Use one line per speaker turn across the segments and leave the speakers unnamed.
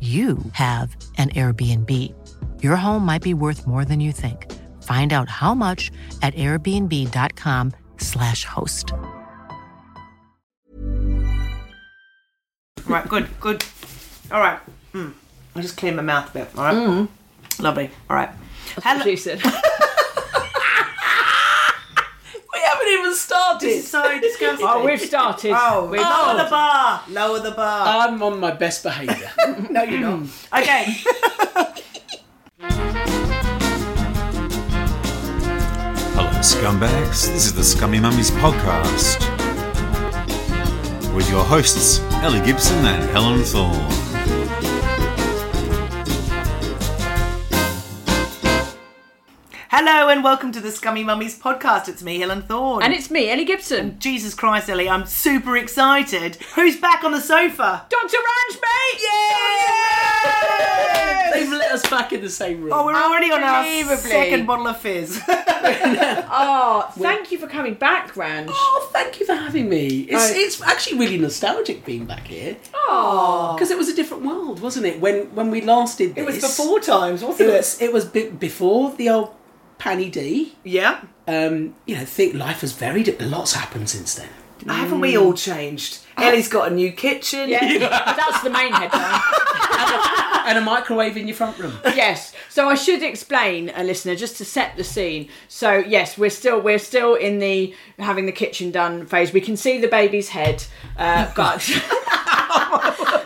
you have an Airbnb. Your home might be worth more than you think. Find out how much at airbnb.com/slash host.
Right, good, good. All right. Mm. I'll just clean my mouth a bit, all right? Mm. Lovely, all right. Hello.
She said.
We haven't even started. Oh, This is so disgusting.
Oh, we've started.
Oh,
We've
lower the
started. Uh,
bar. Lower the bar.
I'm on my best behaviour.
no, you're not.
mm.
Okay.
Hello, scumbags. This is the Scummy Mummies podcast with your hosts, Ellie Gibson and Helen Thorne.
Hello and welcome to the Scummy Mummies podcast. It's me, Helen Thorne.
And it's me, Ellie Gibson.
Jesus Christ, Ellie, I'm super excited. Who's back on the sofa?
Dr. Ranch, mate!
They've let us back in the same room.
Oh, we're already on our
Unbelievably.
second bottle of fizz.
Oh, thank you for coming back, Ranch.
Oh, thank you for having me. It's,
Oh.
it's actually really nostalgic being back here. Because it was a different world, wasn't it? When when we last did this.
times,
It was, it was be- before the old Panny D.
Yeah.
Um, you know, think life has varied. Lots happened since then.
Haven't we all changed? Ellie's got a new kitchen.
Yeah, that's the main headline.
And a microwave in your front room.
yes. So I should explain, a listener, just to set the scene. So yes, we're still we're still in the having the kitchen done phase. We can see the baby's head, uh, but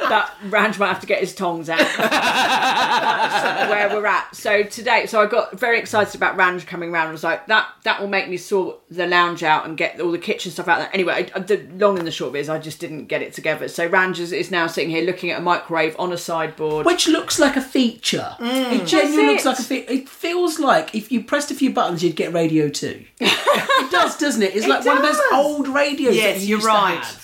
that Ranch might have to get his tongs out. That's where we're at. So today, so I got very excited about Ranch coming round. I was like, that that will make me sort the lounge out and get all the kitchen stuff out. There. Anyway, I, the long and the short of it is I just didn't get it together. So Ranch is, is now sitting here looking at a microwave on a sideboard.
Which looks like a feature. It genuinely looks
That's
like a feature. It feels like if you pressed a few buttons, you'd get Radio 2. it does, doesn't it? It's like one of those
does.
old radios
Yes,
that you
you're
used to
right.
have.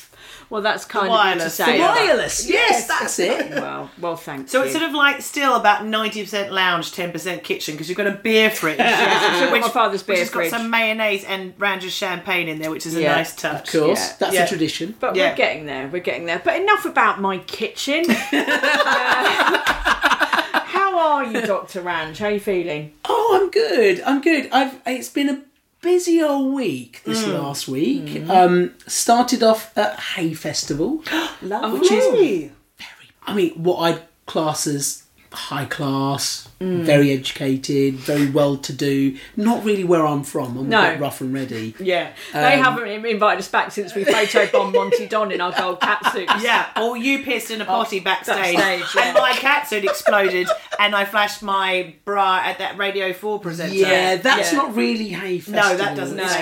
Well, that's kind of you to
wireless,
say.
the
that.
Wireless. Yes, that's it.
Well, well, thanks.
So it's sort of like still about 90% lounge, 10% kitchen because you've got a beer fridge. which,
my father's beer
which has
fridge.
got some mayonnaise and Ranger's champagne in there, which is a
Yeah.
nice touch.
Of course,
Yeah.
that's
Yeah.
a tradition.
But
yeah.
we're getting there. We're getting there. But enough about my kitchen. Uh, how are you, Doctor Ranch? How are you feeling?
Oh, I'm good. I'm good. I've it's been a busy old week this
Mm.
last week. Um, started off at Hay Festival, which is
Lovely.
I mean what I would class as high class,
Mm.
very educated, very well to do. Not really where I'm from. I'm
No.
a bit rough and ready.
Yeah, they
Um,
haven't im- invited us back since we photobombed Monty Don in our gold catsuits.
Yeah, or you pissed
Oh,
in a potty backstage,
backstage, yeah.
and my catsuit exploded, and I flashed my bra at that Radio 4 presenter.
Yeah, that's
Yeah.
not really Hay Festival.
that doesn't
It's
say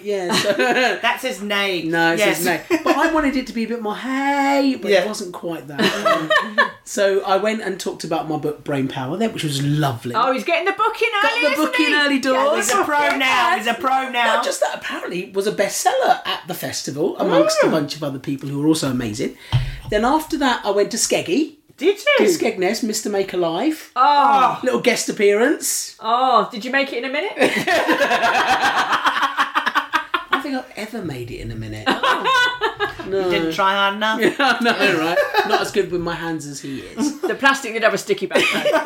quite, Yeah, so-
That's his name.
No, it's
yes.
his name. But I wanted it to be a bit more hey, but
Yeah.
it wasn't quite that. Um, so I went and talked about my book Brain Power there, which was lovely.
Oh, he's getting the book in early.
Got the
isn't
book
he?
in early doors.
He's a pro now. He's a pro now.
Not just that, apparently it was a bestseller at the festival amongst
Oh.
a bunch of other people who were also amazing. Then after that, I went to Skeggy.
Did you?
Skegness, Mr. Make Alive.
Hmm. Oh,
Little guest appearance.
oh, did you make it in a minute?
I don't think I've ever made it in a minute.
Didn't try hard enough.
no, right? Not as good with my hands as he is.
the plastic did have a sticky back. though.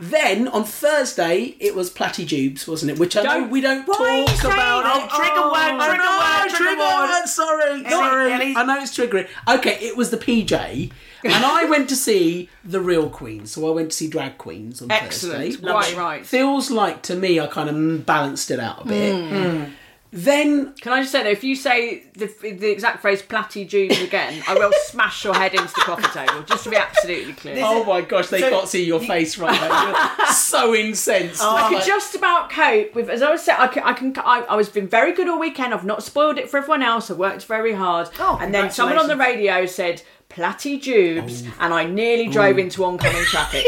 Then on Thursday it was Platty Jubes, wasn't it? Which I know
Don't-
we don't
Why are you
talk
saying
about. Oh,
that?
it.
Trigger word,
I
trigger
know,
word, trigger word.
Sorry, sorry.
Ellie.
I know it's triggering. Okay, it was the PJ, and I went to see the real Queen. So I went to see drag queens on
Excellent.
Thursday.
Right, right.
mm,
Hmm.
Feels like to me, I kind of balanced it out a bit. Hmm. Then
Can I just say though, if you say the, the exact phrase "platty Jews" again, I will smash your head into the coffee table, just to be absolutely clear.
Oh my gosh, they
So- Oh,
can't see your face right now. You're so incensed.
Oh, I
Like,
could just about cope with, as I was saying, I can, I, can I, I was been very good all weekend. I've not spoiled it for everyone else. I worked very hard.
Oh,
and then someone on the radio said, Platty Jubes,
Oh.
and I nearly drove into oncoming traffic.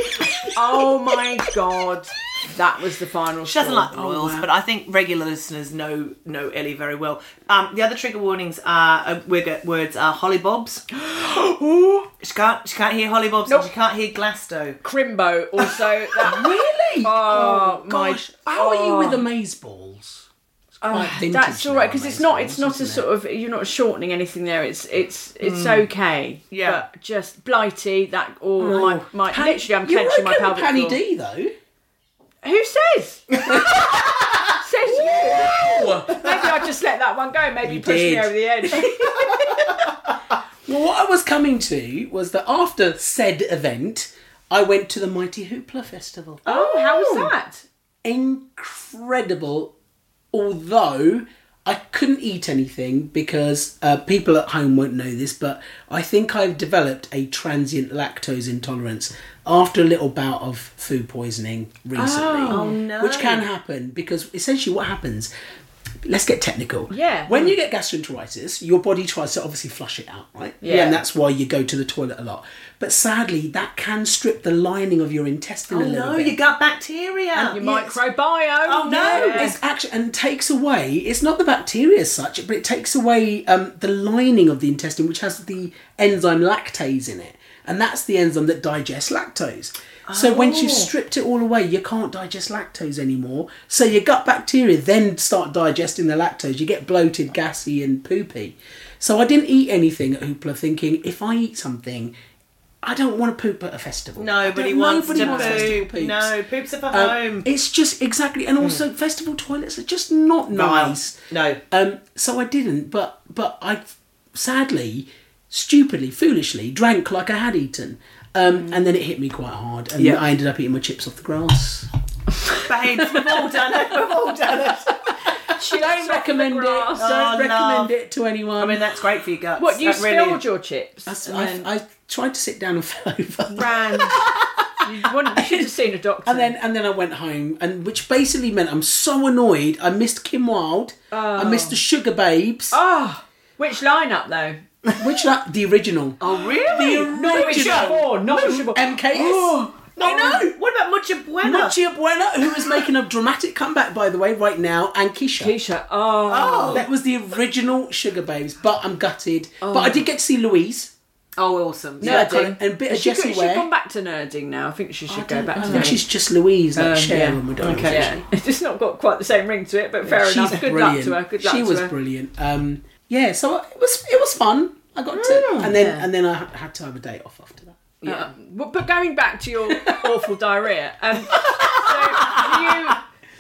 oh my God. That was the final
She doesn't
straw.
like the royals, but I think regular listeners know know Ellie very well. Um, the other trigger warnings are uh, wig- words are hollybobs. she can't she can't hear hollybobs and she can't hear glasto.
Crimbo also. That,
really?
Oh, my
gosh. How are you with the maze balls? It's quite Oh. vintage
Oh, That's all right
now,
because it's
amazeballs,
not. It's not a
isn't it?
sort of. You're not shortening anything there. It's it's it's okay.
Mm. Yeah.
But just blighty. That or my my.
Oh, Pan-
literally, I'm
You're
clenching my
okay with
pelvic
Panny
floor.
D though.
Who says? says you.
well,
Maybe I just let that one go. Maybe you pushed me
did.
over the edge.
what I was coming to was that after said event, I went to the Mighty Hoopla Festival.
oh, how was that?
incredible. Although I couldn't eat anything because uh, people at home won't know this, but I think I've developed a transient lactose intolerance after a little bout of food poisoning recently, which can happen because essentially what happens. Let's get technical.
Yeah.
When you get gastroenteritis, your body tries to obviously flush it out, right?
Yeah.
And that's why you go to the toilet a lot. But sadly, that can strip the lining of your intestine a little
Oh, No,
bit.
you got bacteria.
Your
Yes.
microbiome.
Oh, no.
Yeah.
It's actually and takes away. It's not the bacteria as such, but it takes away um, the lining of the intestine, which has the enzyme lactase in it, and that's the enzyme that digests lactose. So once
Oh.
you've stripped it all away, you can't digest lactose anymore. So your gut bacteria then start digesting the lactose. You get bloated, gassy, and poopy. So I didn't eat anything at Hoopla, thinking if I eat something. I don't want to poop at a festival. I
Nobody
don't-
wants
nobody
to
festival
poop.
poops.
No, poops are for
Um,
home.
It's just exactly,
Hmm.
and also festival toilets are just not nice.
No.
Um, so I didn't, but but I sadly, stupidly, foolishly drank like I had eaten, um,
Hmm.
and then it hit me quite hard, and I ended up eating my chips off the grass.
Babes, we've all done it. We've all done it.
She don't Uh,
recommend it. Don't
Oh,
recommend
love.
it to anyone.
I mean, that's great for your guts.
What you
that really
spilled your chips? and
I,
then-
I tried to sit down and fell over.
Brand. you, want, you should have seen a doctor.
And then and then I went home, and which basically meant I'm so annoyed. I missed Kim Wilde. I
Oh.
missed the Sugar Babes.
Ah, which lineup though?
Which like the original?
Oh, really?
The
Not
original.
Richard Moore, not Oh, Richard Moore.
MKS. no, no.
What about Mucha Buena?
Lucia Buena, who is making a dramatic comeback, by the way, right now, and Keisha.
Keisha. Oh,
That was the original Sugar Babes, but I'm gutted.
Oh.
But I did get to see Louise.
Oh, awesome.
so I
Yeah.
got it, and a bit of
she
Jessie
could, she's
Ware.
gone back to nerding now. I think she should go back
I
to
think
nerding. Um,
she's just Louise, like Cher
yeah.
when we're done.
Okay.
yeah, it's just not got quite the same ring to it, but fair
She's
enough. Good
brilliant.
luck to her. Good luck
she
to
was
her.
brilliant. Um, yeah, so it was it was fun. I got to,
Mm.
and then and then I ha- had to have a day off after that.
Yeah. But Uh, but going back to your awful diarrhea, um, so you,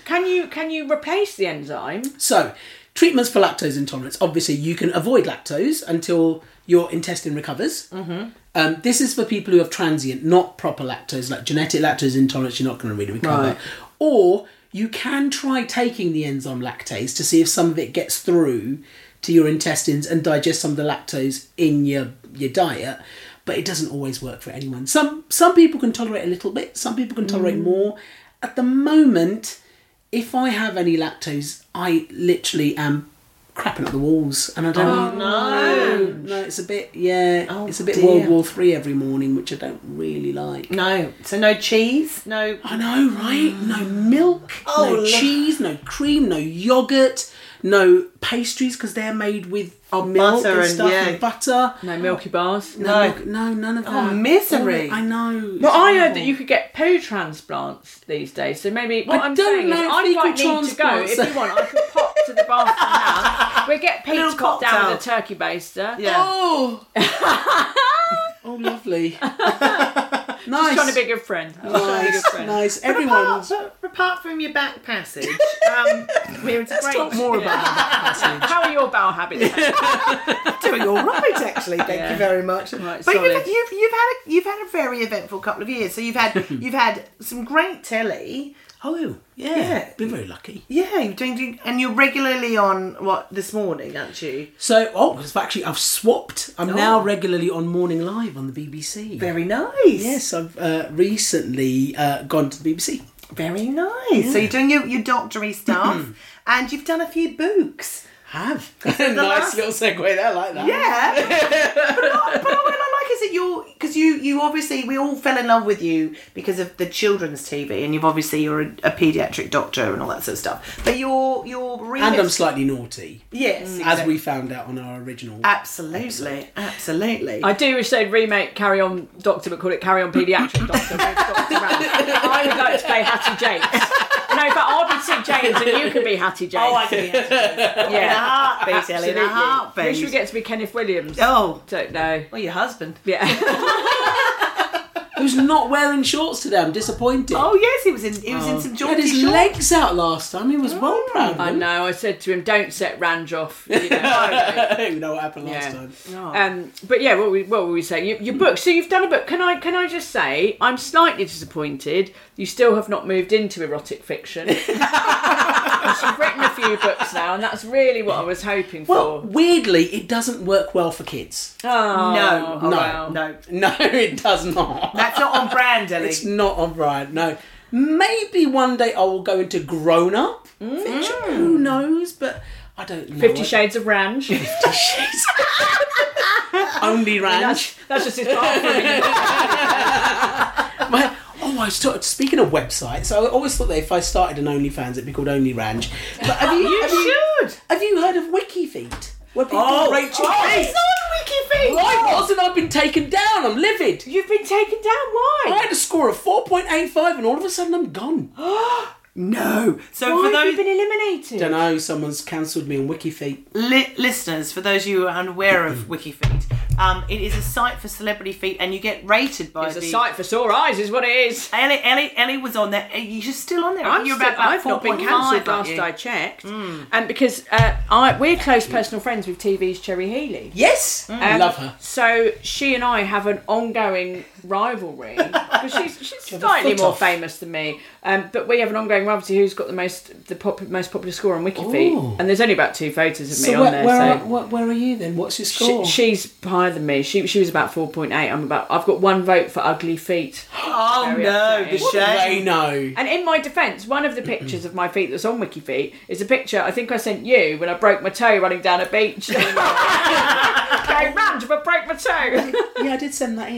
can you can you replace the enzyme?
So, treatments for lactose intolerance. Obviously, you can avoid lactose until your intestine recovers. Mm-hmm. Um, this is for people who have transient, not proper lactose, like genetic lactose intolerance, you're not going to really recover. Or you can try taking the enzyme lactase to see if some of it gets through to your intestines and digest some of the lactose in your, your diet. But it doesn't always work for anyone. Some some people can tolerate a little bit, some people can tolerate more. At the moment, if I have any lactose, I literally am crapping up the walls, and I don't. no, no, it's a bit yeah,
Oh,
it's a bit
dear.
World War Three every morning, which I don't really like.
No. So no cheese. No.
I know, right? No milk,
Oh,
no
lo-
cheese, no cream, no yogurt, no pastries because they're made with milk
butter
and
and-
stuff
yeah.
and butter.
No milky bars.
No, milk- no, none of that. All
misery.
of it- I know.
Oh, Well, I heard that you could get poo transplants these days, so maybe what
I
am
don't
saying
know
is
if
I
fecal
quite need to go.
transplants
If
are-
you want, I could pop to the bathroom now. We get Pete
little
to pop down with a
cocktail.
turkey baster.
Yeah.
Oh, oh, lovely. nice.
Just trying to be a good friend. Just trying to be a good
nice,
friend.
nice. Everyone's.
Apart, apart from your back passage, um, we're it's great.
Talk more about that.
How are your bowel habits?
doing all right, actually. Thank you very much.
Right,
but
solid.
you've, you've you've had a, you've had a very eventful couple of years. So you've had you've had some great telly.
Oh, yeah.
Yeah.
Been very lucky.
Yeah, you're doing, doing and you're regularly on what this morning, aren't you?
So, oh, it's actually, I've swapped. I'm now regularly on Morning Live on the BBC.
Oh. Very nice.
Yes, I've uh, recently uh, gone to the BBC.
Very nice. So you're doing your, your doctory stuff and you've done a few books.
Mm-hmm. Have. nice
last-
little segue there, I like that.
Yeah. but, not, but what I like is that you're, because you, you obviously, we all fell in love with you because of the children's TV and you've obviously, you're a, a paediatric doctor and all that sort of stuff. But you're, you're really.
And I'm Mm. slightly naughty,
Yes.
as
exactly. Uh,
we found out on our original.
Absolutely. Absolutely.
I do wish they'd remake Carry On Doctor, but call it Carry On Pediatric Doctor. with Dr. Rand. I would like to play Hattie James. No, but I'll be Sid James and you can be Hattie James.
oh, I can hear it. In a
yeah.
heartbeat, Ellie, in a heartbeat.
Wish we get to be Kenneth Williams.
Oh.
Don't know.
Well, your husband.
Yeah.
Who's not wearing shorts today? I'm disappointed.
Oh, yes, he was in, he was in some
He had
jaunty
his
shorts. Oh,
legs out last time. He was well proud. of
I
them.
know. I said to him, "Don't set Range off." You know.
you know what happened last
Yeah.
time.
Um, but yeah, what, we, what were we saying? You, your book. So you've done a book. Can I can I just say I'm slightly disappointed. You still have not moved into erotic fiction. Because you've written a few books now, and that's really what I was hoping
Well,
for.
weirdly, it doesn't work well for kids.
No,
Oh,
no,
wow.
no.
No, it does not.
That's not on brand, Ellie.
It's not on Brian. No. Maybe one day I will go into grown up fiction.
Mm.
Who knows? But I don't know.
Fifty Shades of Range.
Fifty Shades. Only ranch.
That's just his part for me.
Well, oh, I started speaking of websites. I always thought that if I started an OnlyFans, it'd be called Only Ranch. But have you? have
should.
Have you heard of WikiFeed? Where people
Oh,
rate your
oh,
face.
it's not Oh. on WikiFeed.
Why wasn't I been taken down? I'm livid.
You've been taken down. Why?
I had a score of 4.85 and all of a sudden I'm gone. I
No. So
Why
for
have
those
you been eliminated?
don't know, someone's cancelled me on WikiFeed.
li- listeners, for those of you who are unaware of WikiFeed, um, it is a site for celebrity feet, and you get rated by
It's a
the
sight for sore eyes, is what it is.
Ellie, Ellie, Ellie was on there. Uh, You're still on there. I
I'm
think You're
still-
about, about
I've not been
4.5,
cancelled
aren't
last Hmm.
you?
I checked, and because uh, I we're close personal friends with TV's Cherry Healy.
Yes! I
Um,
love her.
So she and I have an ongoing rivalry because she's, she's slightly
foot
more
off.
famous than me. Um, but we have an ongoing rivalry who's got the most the pop, most popular score on Wikifeed,
Ooh.
and there's only about two photos of
So
me on
where,
there.
where,
so
are, where, where are you then? What's your
she,
score?
she's higher than me. She she was about four point eight. I'm about. I've got one vote for ugly feet.
Oh
Very
no, the
upsetting.
what do they
shame.
know?
And in my defence, one of the pictures of my feet that's on Wikifeet is a picture I think I sent you when I broke my toe running down a beach. Going round, if I broke my toe.
Yeah, I did send that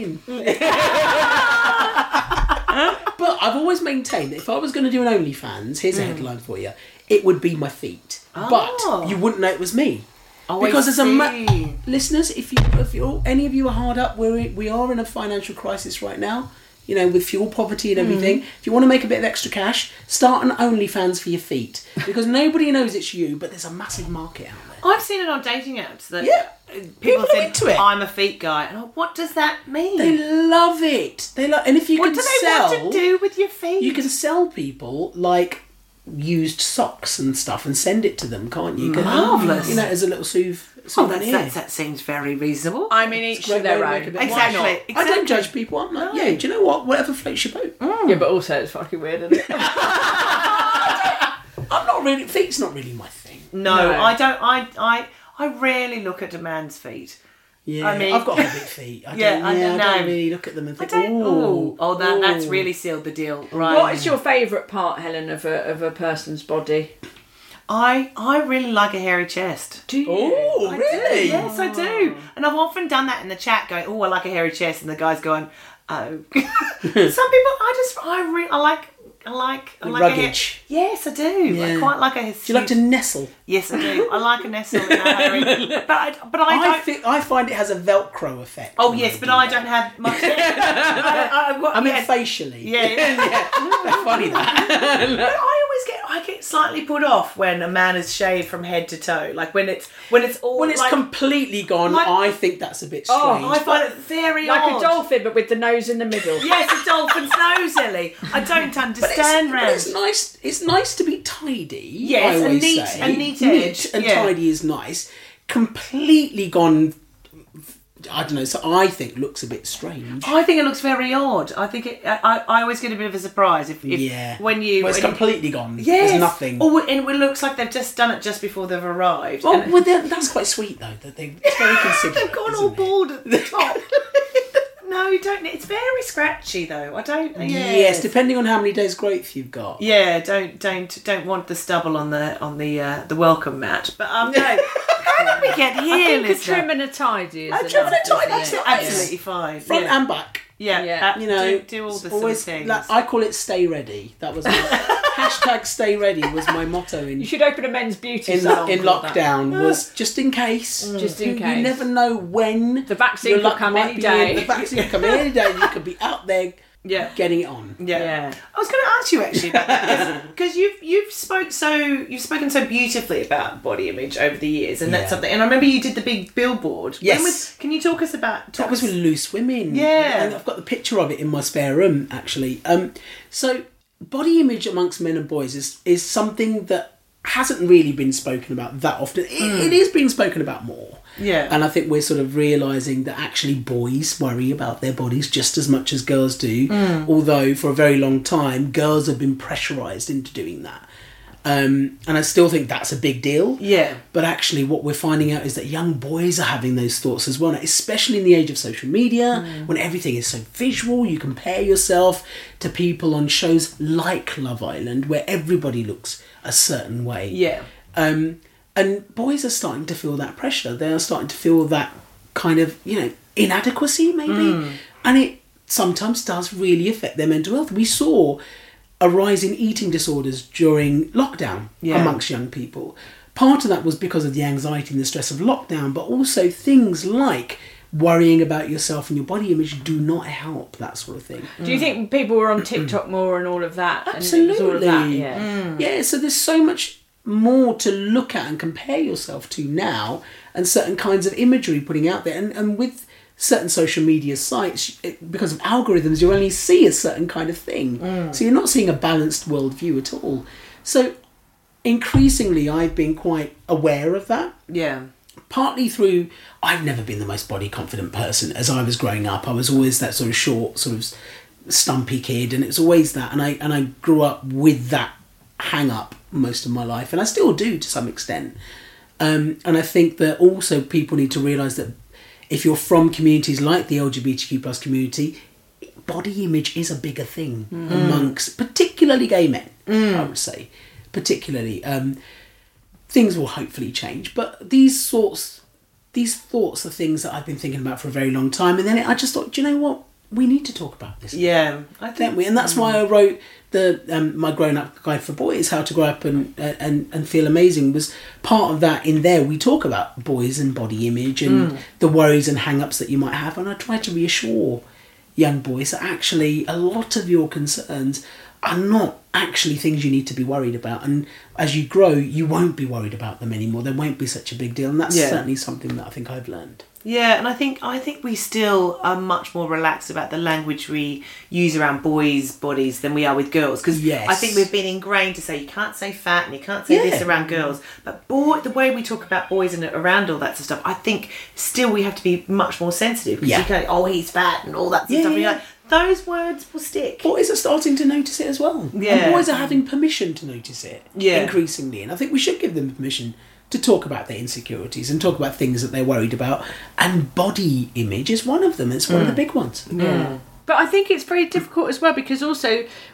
in. but I've always maintained that if I was going to do an OnlyFans, here's a
Mm.
headline for you: it would be my feet, but you wouldn't know it was me.
Oh. I
because as a
see.
listeners, if you if you're, any of you are hard up, we're we are in a financial crisis right now. You know, with fuel poverty
Mm.
and everything. If you want to make a bit of extra cash, start an OnlyFans for your feet because nobody knows it's you, but there's a massive market out there.
I've seen it on dating apps that
Yeah.
uh, people,
People are
said,
into it.
"I'm a feet guy," and I'm, what does that mean?
They love it. They love, and if you can
what do they
sell,
want to do with your feet? Oh,
you can sell people like used socks and stuff and send it to them, can't you? 'Cause,
Marvellous.
You know, as a little souv-
Oh,
souvenir.
that's, that's, that seems very reasonable.
I mean, each
It's a great
to
way
their
to
own.
make a bit
Why
of money.
not?
Exactly. Mm.
I don't judge people. I'm like, yeah, do you know what? Whatever floats your boat.
Yeah, but also it's fucking weird, isn't it?
I'm not really. Feet's not really my thing.
No,
No.
I don't. I I I rarely look at a man's feet.
Yeah,
I mean-
I've got a bit feet. I
Yeah,
don't,
I
yeah,
don't
I
know.
don't really look at them and
I
think,
don't.
oh,
Oh, oh, that that's really sealed the deal, right?
what is your favourite part, Helen, of a, of a person's body?
I I really like a hairy chest.
Do you?
Oh, really?
Yes, I do, and I've often done that in the chat, going, "Oh, I like a hairy chest," and the guys going, "Oh." Some people, I just I really I like. I like, I like a hair-
Ruggage.
yes, I do. I
Yeah.
quite like a.
Do you like to nestle?
Yes, I do. I like a nestle. in a hairy- but I, but I
I,
don't.
think I find it has a Velcro effect.
oh
when
yes,
do
but I
that.
don't have much. I, I,
I mean,
yes.
facially.
Yeah, yeah.
funny that.
But I always get I get slightly put off when a man is shaved from head to toe. Like when it's when it's all
When it's
like,
completely gone,
like- Oh,
I think that's a bit strange.
I find it very
Like
odd.
a dolphin, but with the nose in the middle.
Yes, a dolphin's nose, Ellie. I don't understand,
But it's
Rand.
nice. It's nice to be tidy.
Yes,
I
a
always
neat-
say.
a neat edge,
and
yeah.
tidy is nice. completely gone. I don't know. So I think looks a bit strange.
I think it looks very odd. I think it. I, I, I always get a bit of a surprise if, if
yeah.
when you
Well, it's
when you-
completely gone.
Yes.
There's nothing. Oh,
Oh, and it looks like they've just done it just before they've arrived.
Well,
And-
well, that- that's quite sweet though. That they it's very considerate.
they've gone
isn't
all
it?
bald at the top. no, you don't. It's very scratchy though. I don't.
Yes, depending on how many days growth you've got.
Yeah, don't don't don't want the stubble on the on the uh, the welcome mat. But um, no, how did we get here,
I think a
listener?
trim and a Uh, tidy is
A
enough,
trim and a
isn't
tie, that's
it?
absolutely fine.
Front
yeah.
and back.
yeah,
Yeah.
uh,
You know,
do, do all
it's
the
always,
sort of things.
like, I call it stay ready. That was my, hashtag stay ready was my motto in
You should open a men's beauty
in,
salon
in
called that. Mm.
lockdown was just in case.
Just in
You-
case.
You never know when
The vaccine
your
could
luck
come
might
any
be
day.
in. The vaccine could come any day. You could be out there
yeah.
getting it on.
Yeah.
Yeah.
I was going to ask you actually because you've you've spoke so you've spoken so beautifully about body image over the years, and
Yeah.
that's something. And I remember you did the big billboard. When
Yes.
was- can you talk us about? Talk
That was
us-
with Loose Women.
Yeah.
And I've got the picture of it in my spare room, actually. Um, so, body image amongst men and boys is, is something that hasn't really been spoken about that often. It, it is being spoken about more.
Hmm. Yeah.
And I think we're sort of realizing that actually boys worry about their bodies just as much as girls do.
Hmm.
Although, for a very long time, girls have been pressurized into doing that. Um, and I still think that's a big deal.
Yeah.
But actually, what we're finding out is that young boys are having those thoughts as well, now, especially in the age of social media,
Mm.
when everything is so visual. You compare yourself to people on shows like Love Island, where everybody looks a certain way.
yeah.
Um, and boys are starting to feel that pressure. They are starting to feel that kind of, you know, inadequacy maybe. And it sometimes does really affect their mental health. We saw a rise in eating disorders during lockdown
Yeah.
amongst young people. Part of that was because of the anxiety and the stress of lockdown, but also things like worrying about yourself and your body image do not help that sort of thing.
Do you think people were on TikTok more and all of that? And it was all of that,
Absolutely. Mm.
yeah.
Yeah, so there's so much more to look at and compare yourself to now, and certain kinds of imagery putting out there. And, and with certain social media sites, it, because of algorithms, you only see a certain kind of thing.
Mm.
So you're not seeing a balanced worldview at all. So increasingly, I've been quite aware of that
Yeah.
partly through I've never been the most body confident person as I was growing up. I was always that sort of short, sort of stumpy kid, and it's always that. And I and I grew up with that hang up most of my life, and I still do to some extent. Um, and I think that also people need to realise that if you're from communities like the LGBTQ plus community, body image is a bigger thing amongst particularly gay men. I would say, particularly. Um, things will hopefully change. But these sorts, these thoughts are things that I've been thinking about for a very long time. And then I just thought, do you know what? We need to talk about this,
Yeah. I
don't
think mm.
we? And that's why I wrote the um, my grown up guide for boys, how to grow up and uh, and and feel amazing. Was part of that. In there, we talk about boys and body image and
Mm.
the worries and hang ups that you might have. And I try to reassure young boys that actually a lot of your concerns are not actually things you need to be worried about and as you grow you won't be worried about them anymore they won't be such a big deal and that's
Yeah.
certainly something that i think i've learned
Yeah, and I think I think we still are much more relaxed about the language we use around boys' bodies than we are with girls. Because
Yes.
I think we've been ingrained to say you can't say fat and you can't say this
Yeah.
around girls. But boy, the way we talk about boys and around all that sort of stuff, I think still we have to be much more sensitive. Because
Yeah.
you go, oh, he's fat and all that sort
Yeah,
of stuff. And
yeah,
you're like, those words will stick.
boys are starting to notice it as well.
Yeah.
And boys are having permission to notice it
Yeah.
increasingly. And I think we should give them permission to talk about their insecurities and talk about things that they're worried about. And body image is one of them. It's one of the
Mm.
big ones.
But I think it's very difficult as well because also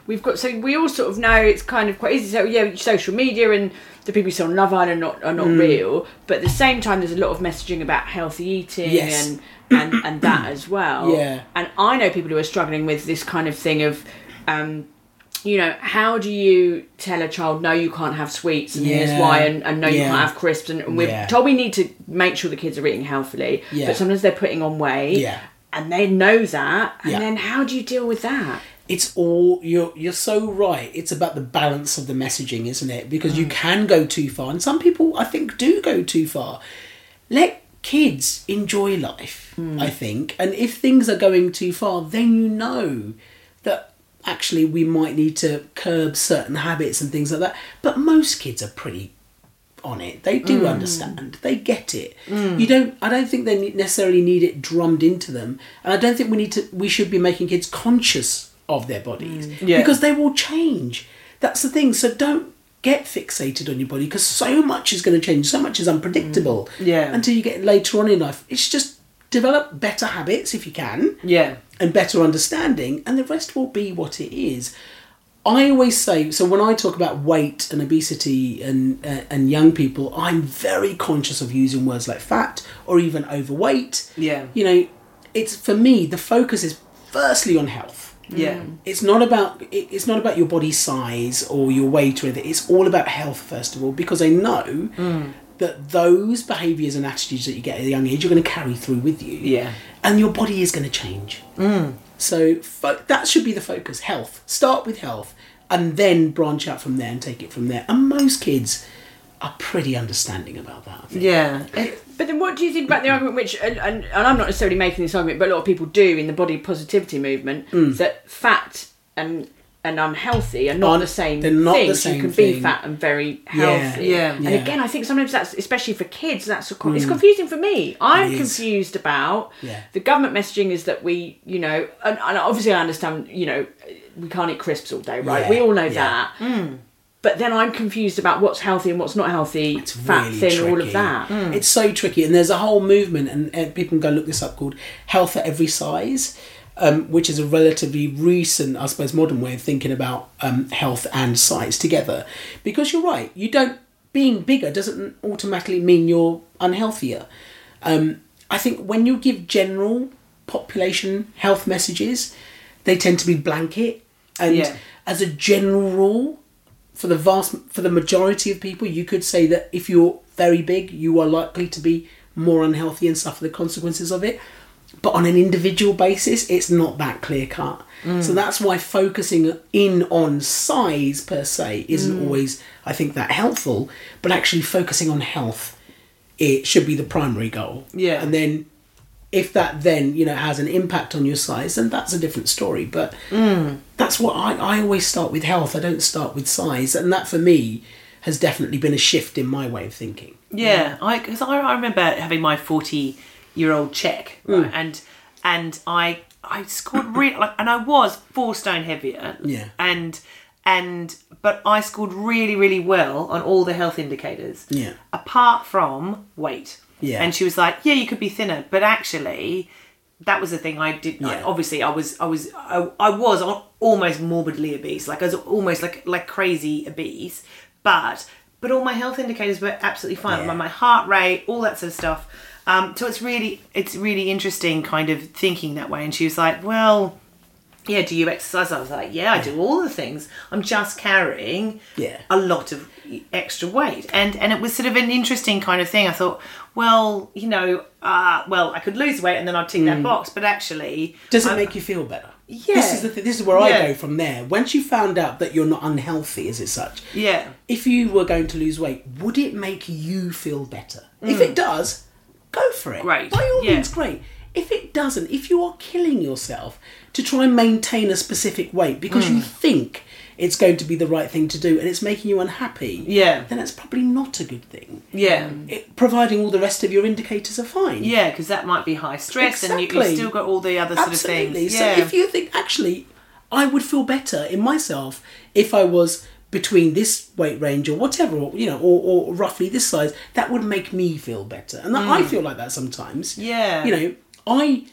we've got so we all sort of know it's kind of quite easy. So yeah, social media and the people you see on Love Island are not are
Mm.
not real. But at the same time, there's a lot of messaging about healthy eating
Yes.
and, and and that as well.
Yeah.
And I know people who are struggling with this kind of thing of. Um, you know, how do you tell a child no, you can't have sweets, and
Yeah.
here's why, and, and no, you
Yeah.
can't have crisps, and, and we're
Yeah.
told we need to make sure the kids are eating healthily,
Yeah.
but sometimes they're putting on weight,
Yeah.
and they know that and
Yeah.
then how do you deal with that
It's all you're you're so right. It's about the balance of the messaging, isn't it? Because you can go too far, and some people I think do go too far. Let kids enjoy life, I think. And if things are going too far, then you know that actually we might need to curb certain habits and things like that. But most kids are pretty on it. They
Mm.
do understand. They get it. You don't. I don't think they ne- necessarily need it drummed into them, and I don't think we need to. We should be making kids conscious of their bodies
Mm. Yeah.
because they will change. That's the thing. So don't get fixated on your body because so much is going to change. So much is unpredictable.
Mm. Yeah.
Until you get later on in life, it's just develop better habits if you can
Yeah.
and better understanding, and the rest will be what it is. I always say so when I talk about weight and obesity and uh, and young people, I'm very conscious of using words like fat or even overweight.
Yeah.
you know, it's for me the focus is firstly on health.
Yeah.
It's not about it, it's not about your body size or your weight or anything. It's all about health first of all because I know
Mm.
that those behaviours and attitudes that you get at a young age you're going to carry through with you.
Yeah. Mm.
and your body is going to change. So fo- that should be the focus. Health. Start with health, and then branch out from there and take it from there. And most kids are pretty understanding about that. I think.
Yeah. It-
But then, what do you think about the argument, which, and, and, and I'm not necessarily making this argument, but a lot of people do in the body positivity movement,
Mm.
is that fat and and unhealthy are not
Aren't-
the same
they're not the
things.
same
you can be
thing.
fat and very healthy.
yeah,
And
yeah. Mm.
again, I think sometimes that's especially for kids. That's a, co- it's confusing for me. I'm
It is.
confused about
Yeah.
the government messaging is that we, you know, and, and obviously I understand, you know, we can't eat crisps all day, right?
Yeah,
We all know
yeah. Mm.
that. But then I'm confused about what's healthy and what's not healthy,
It's
fat,
really
thin, all
tricky. Mm.
of that.
It's so tricky, and there's a whole movement, and, and people can go look this up called "Health at Every Size," um, which is a relatively recent, I suppose, modern way of thinking about um, health and size together. Because you're right, you don't being bigger doesn't automatically mean you're unhealthier. Um, I think when you give general population health messages, they tend to be blanket. And
Yeah.
as a general rule, for the vast for the majority of people, you could say that if you're very big, you are likely to be more unhealthy and suffer the consequences of it. But on an individual basis, it's not that clear cut. So that's why focusing in on size per se isn't always, I think, that helpful. But actually focusing on health it should be the primary goal.
Yeah.
And then if that then, you know, has an impact on your size, then that's a different story. But that's what I, I always start with health. I don't start with size. And that for me has definitely been a shift in my way of thinking.
Yeah, I because I, I remember having my forty year old check,
Mm.
right, and and I I scored really like, and I was four stone heavier.
Yeah.
and and but I scored really really well on all the health indicators.
Yeah.
apart from weight.
Yeah.
and she was like, yeah, you could be thinner, but actually. That was the thing I did. I-
Yeah.
obviously, I was, I was, I, I was al- almost morbidly obese. Like I was almost like like crazy obese, but but all my health indicators were absolutely fine. My, my heart rate, all that sort of stuff. Um, so it's really it's really interesting kind of thinking that way. And she was like, well, yeah, do you exercise? I was like, yeah, I do all the things. I'm just carrying
Yeah.
a lot of extra weight, and and it was sort of an interesting kind of thing. I thought, well, you know, uh, well, I could lose weight and then I'd tick
Mm.
that box, but actually,
Does it make you feel better?
Yeah.
This is the th- this is where
Yeah.
I go from there. Once you found out that you're not unhealthy, as it such,
yeah,
if you were going to lose weight, would it make you feel better? If it does, go for it.
Mm. Great,
By all
yeah.
means, great. If it doesn't, if you are killing yourself to try and maintain a specific weight because
Mm.
you think it's going to be the right thing to do and it's making you unhappy,
Yeah.
then it's probably not a good thing.
yeah.
It, providing all the rest of your indicators are fine.
Yeah, because that might be high stress, and you,
Exactly.
you've still got all the other sort of
Absolutely.
things. Yeah.
So if you think actually, I would feel better in myself if I was between this weight range or whatever, or you know, or, or roughly this size, that would make me feel better. And I feel like that sometimes.
Hmm. Yeah.
You know, I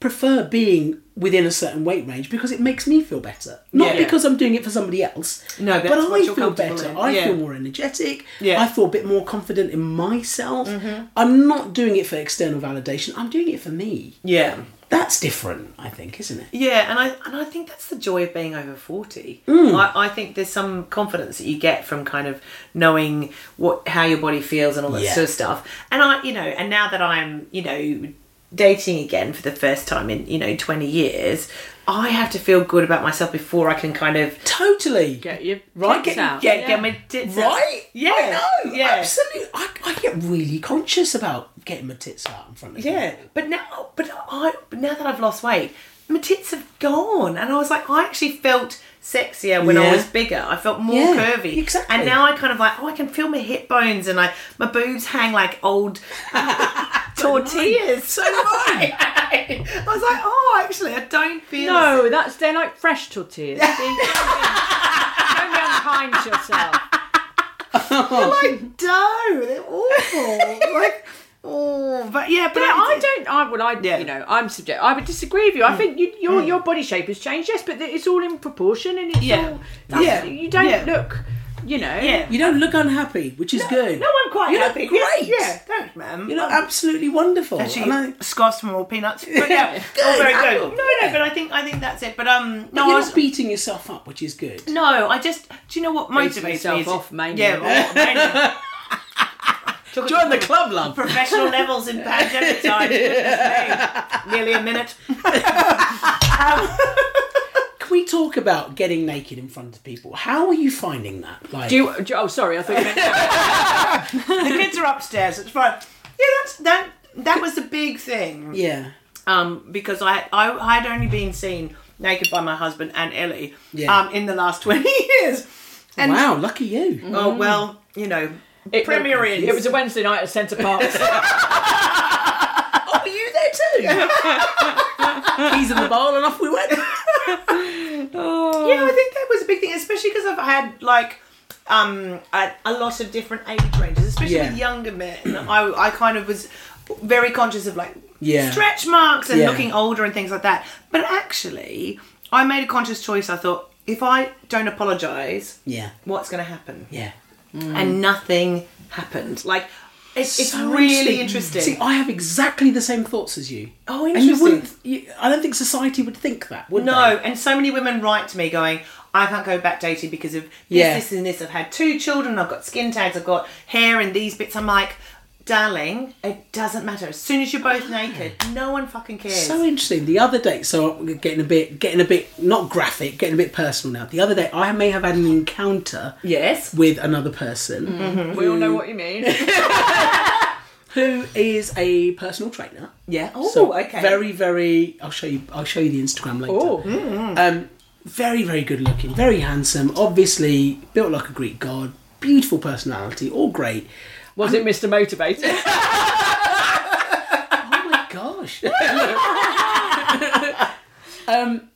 prefer being within a certain weight range because it makes me feel better. Not
Yeah.
because I'm doing it for somebody else.
No,
but
that's
I
what you're
feel
comfortable
better.
in.
I
Yeah.
feel more energetic.
Yeah. Mm-hmm.
I feel a bit more confident in myself. I'm not doing it for external validation. I'm doing it for me
yeah.
that's different, I think, isn't it?
Yeah, and I and I think that's the joy of being over forty.
Mm.
I, I think there's some confidence that you get from kind of knowing what how your body feels and all that
Yeah.
sort of stuff. And I, you know, and now that I'm, you know, dating again for the first time in you know twenty years, I have to feel good about myself before I can kind of
Totally.
Get your
Right,
tits
get-
out.
get get my tits out.
Right?
Yeah.
I know.
Yeah.
Absolutely. I, I get really conscious about getting my tits out in front of
Yeah,
people.
but now, but I, but now that I've lost weight, my tits have gone, and I was like, I actually felt sexier when I
Yeah.
was bigger. I felt more
Yeah,
curvy.
exactly.
And now I kind of like, oh, I can feel my hip bones and I my boobs hang like old tortillas. So do I. I was like, oh, actually, I don't feel.
No, that's they're like fresh tortillas. Don't be don't be unkind to yourself.
like dough. They're awful. like, oh, but yeah, but
Yeah, I don't. I well, I
Yeah.
you know, I'm subject. I would disagree with you. I think you, your your body shape has changed, yes, but it's all in proportion and it's
Yeah.
all. That's,
Yeah.
you don't
Yeah.
look. You know.
Yeah.
You don't look unhappy, which is good.
No, I'm quite
You look
happy.
great.
Yeah, yeah, thanks, ma'am.
You look absolutely wonderful.
Actually,
and I-
scoffs from all peanuts. But yeah, all very
apple.
good. No, no, but I think I think that's it. But um, no,
you're
I
not
was,
beating yourself up, which is good.
no, I just do you know what motivates me?
yourself
is-
off, mainly.
Yeah, well, mainly.
Join the club, love.
professional levels in pandemic time. Goodness me. Nearly a minute.
Can we talk about getting naked in front of people? How are you finding that? Like,
Do you, do you- oh, sorry. I thought you meant.
The kids are upstairs. It's fine. Yeah, that's that. That was the big thing.
yeah,
um, because I, I I had only been seen naked by my husband and Ellie
Yeah.
um, in the last twenty years. And
wow, lucky you.
oh well, you know, premier in.
It was a Wednesday night at Centre Park.
Oh, were you there too? He's in the bowl, and off we went.
yeah, I think that was a big thing, especially because I've had like um a, a lot of different age ranges, especially
Yeah.
with younger men. I I kind of was very conscious of like
Yeah.
stretch marks and
Yeah.
looking older and things like that. But actually, I made a conscious choice. I thought if I don't apologise,
Yeah,
what's going to happen?
yeah.
and nothing happened. Like it's, it's
So
really interesting.
See, I have exactly the same thoughts as you.
Oh,
And you
interesting.
wouldn't. You, I don't think society would think that. Would
no,
they?
and so many women write to me going, I can't go back dating because of this,
Yeah.
this, and this. I've had two children, I've got skin tags, I've got hair and these bits. I'm like, darling, it doesn't matter. As soon as you're both naked, no one fucking cares.
So interesting. The other day, so we're getting a bit, getting a bit, not graphic, getting a bit personal now. The other day, I may have had an encounter
yes.
with another person
Mm-hmm.
we all know what you mean.
who is a personal trainer.
Yeah. Oh,
so
okay. Oh,
Very, very. I'll show you. I'll show you the Instagram later.
mm-hmm.
Um, very, very good looking, very handsome. Obviously built like a Greek god. Beautiful personality, all great.
Was it Mr. Motivator?
Oh my gosh. um,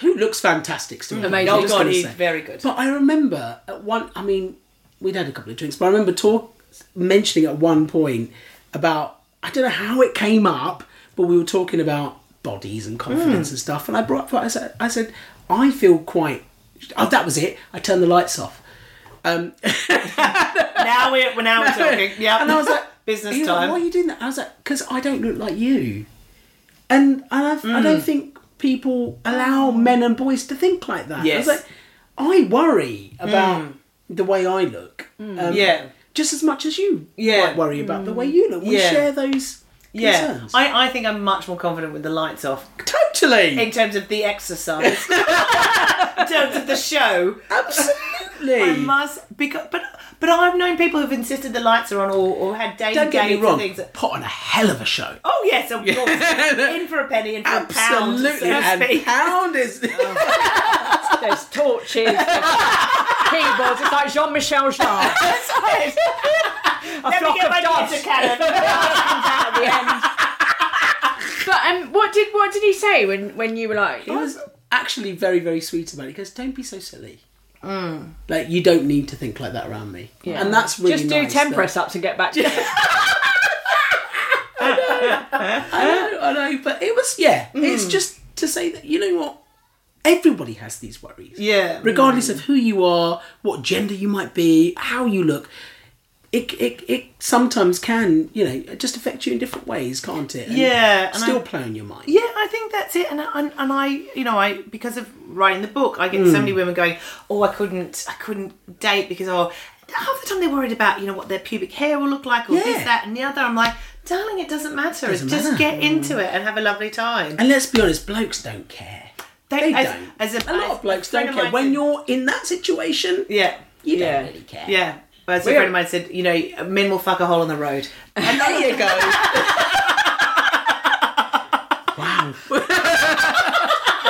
who looks fantastic to me?
Amazing.
I'm just
Oh, God,
gonna
he's
say.
very good.
But I remember at one. I mean, we'd had a couple of drinks, but I remember talk mentioning at one point about I don't know how it came up, but we were talking about bodies and
Hmm.
confidence and stuff, and I brought up. I said, I said, I feel quite. Oh, that was it. I turned the lights off.
now we're, we're now we're talking. Yeah.
And I was like,
business
you know,
time.
Why are you doing that? I was like, because I don't look like you. And, and I, I don't
Mm.
think people allow men and boys to think like that.
Oh. Yes. Mm.
I was like, I worry about the way I look. Um,
Yeah.
Just as much as you
Mm. Yeah. Mm.
might worry about the way you look. We
Yeah.
share those
yeah.
concerns.
I, I think I'm much more confident with the lights off.
totally.
in terms of the exercise, in terms of the show.
Absolutely.
I must because, but but I've known people who've insisted the lights are on or, or had day
don't get me
games
wrong.
and things.
Put on a hell of a show.
Oh yes, of course. in for a penny, in for a pound.
Absolutely.
So to
and
speak.
pound is.
There's torches, there's keyboards. It's like Jean Michel Jarre.
Let me
flock
get
of
my
doves.
data cannon. out of the end.
But um, what did what did he say when when you were like?
He was actually very, very sweet about it. He goes, "Don't be so silly.
Mm.
Like you don't need to think like that around me." And that's really
Just do
nice
ten
that-
press ups and get back to it.
I know, I know, but it was yeah.
Mm.
It's just to say that you know what. Everybody has these worries.
Yeah. Mm.
Regardless of who you are, what gender you might be, how you look, it, it, it sometimes can, you know, just affect you in different ways, can't it? And
Yeah, and
Still
I-
play on your mind.
Yeah, I think that's it. And I, and, and I, you know, I because of writing the book, I get so many women going, "Oh, I couldn't, I couldn't date because oh." Half the time they're worried about you know what their pubic hair will look like or
Yeah.
this that and the other. I'm like, darling, it doesn't matter.
Doesn't
just
matter.
get into it and have a lovely time.
And let's be honest, blokes don't care. They
as,
don't.
As a,
a lot of blokes
friend
don't
of
care.
mine
When
said-
you're in that situation,
yeah,
you
Yeah.
don't really care.
yeah. But As a friend of mine said, you know, men will fuck a hole in the road.
And there you go. wow.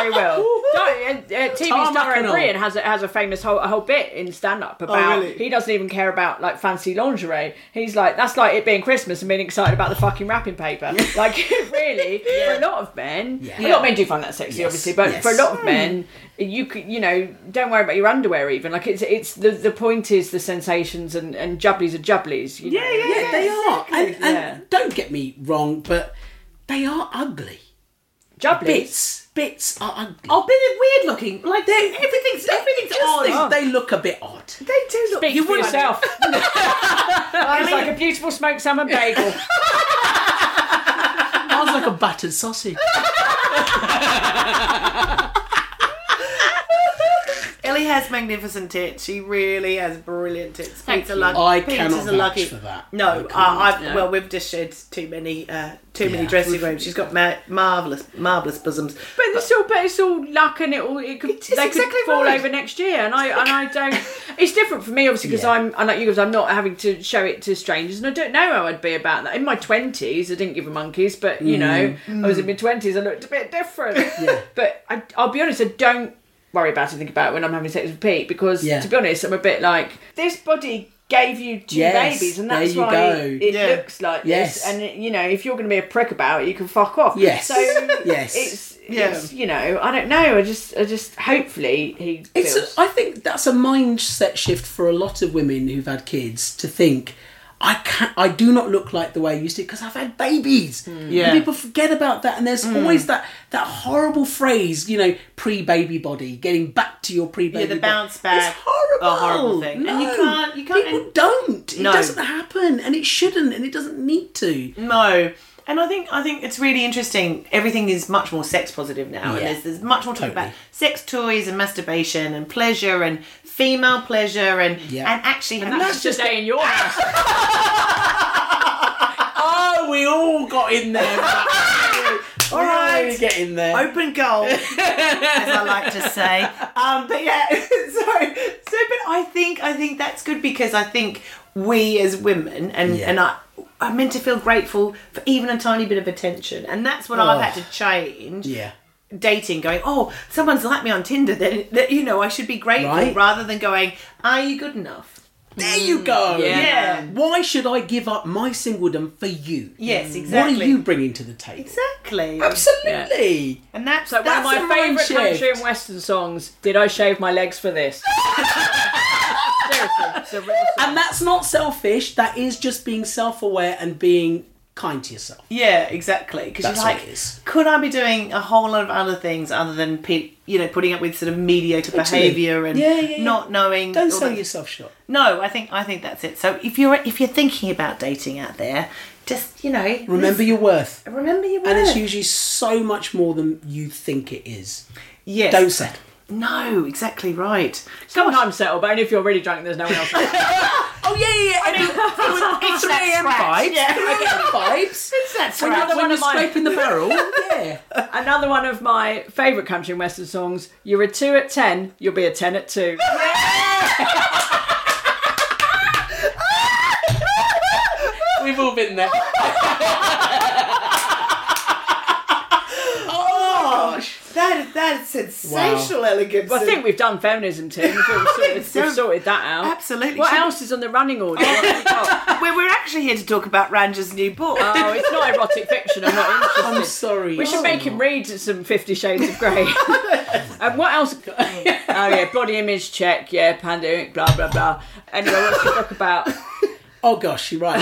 They will. Don't, uh, TV
Tarmac
star
and
Ed
all.
Brian has a, has a famous whole, a whole bit in stand up about
Oh, really?
he doesn't even care about like fancy lingerie. He's like that's like it being Christmas and being excited about the fucking wrapping paper. like really, for a lot of men, a lot of men do find that sexy, obviously, but
yes. Hmm.
for a lot of men, you c- you know don't worry about your underwear even. Like it's it's the the point is the sensations and and jubblies are jubblies. You know?
Yeah, they
exactly.
are. And, and
Yeah.
don't get me wrong, but they are ugly.
jubblies.
Bits, bits are ugly.
Oh, but they're weird looking. Like they're, everything's everything's odd.
Just think they look a bit odd.
They do look.
Speak for yourself. it's like a beautiful smoked salmon bagel.
Sounds like a battered sausage.
Ellie has magnificent tits. She really has brilliant tits. Thanks a luck.
I
Pete's
cannot
a
vouch
lucky
for that. I
No,
can't,
I, I've, well, we've just shared too many, uh, too many dressing rooms. She's got ma- marvelous, marvelous bosoms.
But it's all, but it's all luck, and it all it could,
It is
they
exactly
could fall
right.
over next year, and I and I don't. It's different for me, obviously, because
Yeah.
I'm unlike you guys. I'm not having to show it to strangers, and I don't know how I'd be about that. In my twenties, I didn't give a monkeys, but you know,
Mm.
I was in my twenties, I looked a bit different. But I, I'll be honest, I don't worry about it, think about it when I'm having sex with Pete, because
Yeah.
to be honest, I'm a bit like this body. Gave you two
Yes,
babies, and
there
that's
you
why
go.
it
Yeah.
looks like
Yes.
this. And you know, if you're going to be a prick about it, you can fuck off.
Yes.
So
Yes.
it's
Yeah.
it's, you know, I don't know. I just, I just, hopefully he
It's
feels.
a, I think that's a mindset shift for a lot of women who've had kids to think I can not I do not look like the way I used to because I've had babies.
Hmm. Yeah. Hmm.
And people forget about that and there's always that that horrible phrase, you know, pre-baby body, getting back to your pre-baby
Yeah, the
body.
bounce back,
It's horrible.
a horrible thing.
No,
And you can't- you can't-
People don't. It
No. Mm,
doesn't happen and it shouldn't and it doesn't need to.
No. And I think I think it's really interesting. Everything is much more sex positive now, and
Yeah.
there's, there's much more talk
Totally.
about sex toys and masturbation and pleasure and female pleasure and
Yeah.
and actually having-
that's just day in your house.
Oh, we all got in there. all
right.
get in there.
open goal, as I like to say. Um, but yeah, so so but I think I think that's good because I think we as women and and I. I'm meant to feel grateful for even a tiny bit of attention, and that's what I've had to change.
Yeah.
dating going oh someone's like me on tinder then that you know i should be grateful
Right.
rather than going are you good enough
There you go.
Yeah.
Why should I give up my singledom for you?
yes
What
exactly
are you bringing to the table?
exactly
Absolutely.
and that's
Like
that's
one
a
of
mind
my favourite
shift.
country and western songs. Did I shave my legs for this? Seriously, it's a real song.
And that's not selfish. That is just being self-aware and being kind to yourself.
yeah exactly because you're
That's what
like
it is.
could i be doing a whole lot of other things other than pe- you know putting up with sort of mediocre
Totally.
behavior and
Yeah, yeah, yeah.
not knowing
Don't
all
sell
that-
yourself short.
no i think i think that's it so if you're if you're thinking about dating out there just you know
Remember your worth.
remember your
And it's
worth.
usually so much more than you think it is.
yes
Don't settle.
no exactly right
Sometimes settle, but only if you're really drunk. and There's no one else.
Oh yeah, yeah, yeah.
It's that scratch. Yeah.
I get vibes.
It's that
When
scratch.
you're, when
one
you're
of mine.
scraping the barrel, yeah.
Another one of my favourite country and western songs. You're a two at ten. You'll be a ten at two.
We've all been there.
That that is sensational, elegance.
Well, I think we've done feminism too. We've, sort of sorted,
so.
we've sorted that out.
Absolutely.
What
Should-
else is on the running order? What have we got?
we're, we're actually here to talk about Ranger's new book.
Oh, it's not erotic fiction. I'm not interested.
I'm sorry.
We should make
Oh.
him read some Fifty Shades of Grey. and what else? oh yeah, body image check. Yeah, pandemic. Blah blah blah. Anyway, what's the book about?
Oh gosh, you're right.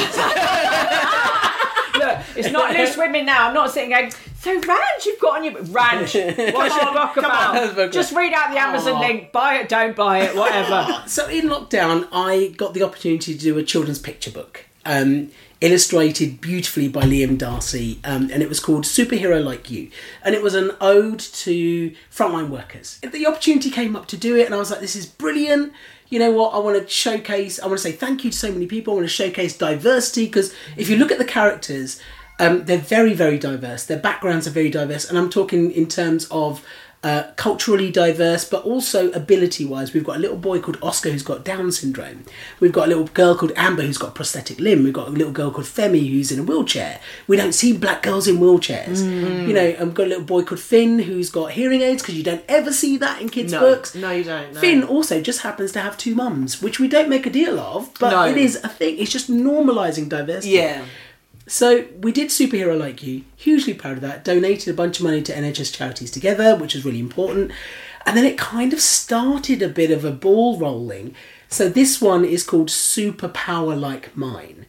Look, it's not loose women now. I'm not sitting going. So Ranch, you've got on your Ranch. What's your book
that's
about?
very good.
Just read out the Amazon link. Buy it. Don't buy it. Whatever.
so in lockdown, I got the opportunity to do a children's picture book, um, illustrated beautifully by Liam Darcy, um, and it was called "Superhero Like You," and it was an ode to frontline workers. The opportunity came up to do it, and I was like, "This is brilliant." You know what? I want to showcase. I want to say thank you to so many people. I want to showcase diversity because if you look at the characters, um, they're very, very diverse. Their backgrounds are very diverse, and I'm talking in terms of uh, culturally diverse, but also ability wise. We've got a little boy called Oscar who's got Down syndrome. We've got a little girl called Amber who's got a prosthetic limb. We've got a little girl called Femi who's in a wheelchair. We don't see black girls in wheelchairs.
Mm.
You know, and we've got a little boy called Finn who's got hearing aids because you don't ever see that in kids'
No.
books.
No, you don't, no.
Finn also just happens to have two mums, which we don't make a deal of, but
No.
it is a thing. It's just normalising diversity.
Yeah.
So we did superhero like you. Hugely proud of that. Donated a bunch of money to NHS charities together, which is really important. And then it kind of started a bit of a ball rolling. So this one is called Superpower Like Mine.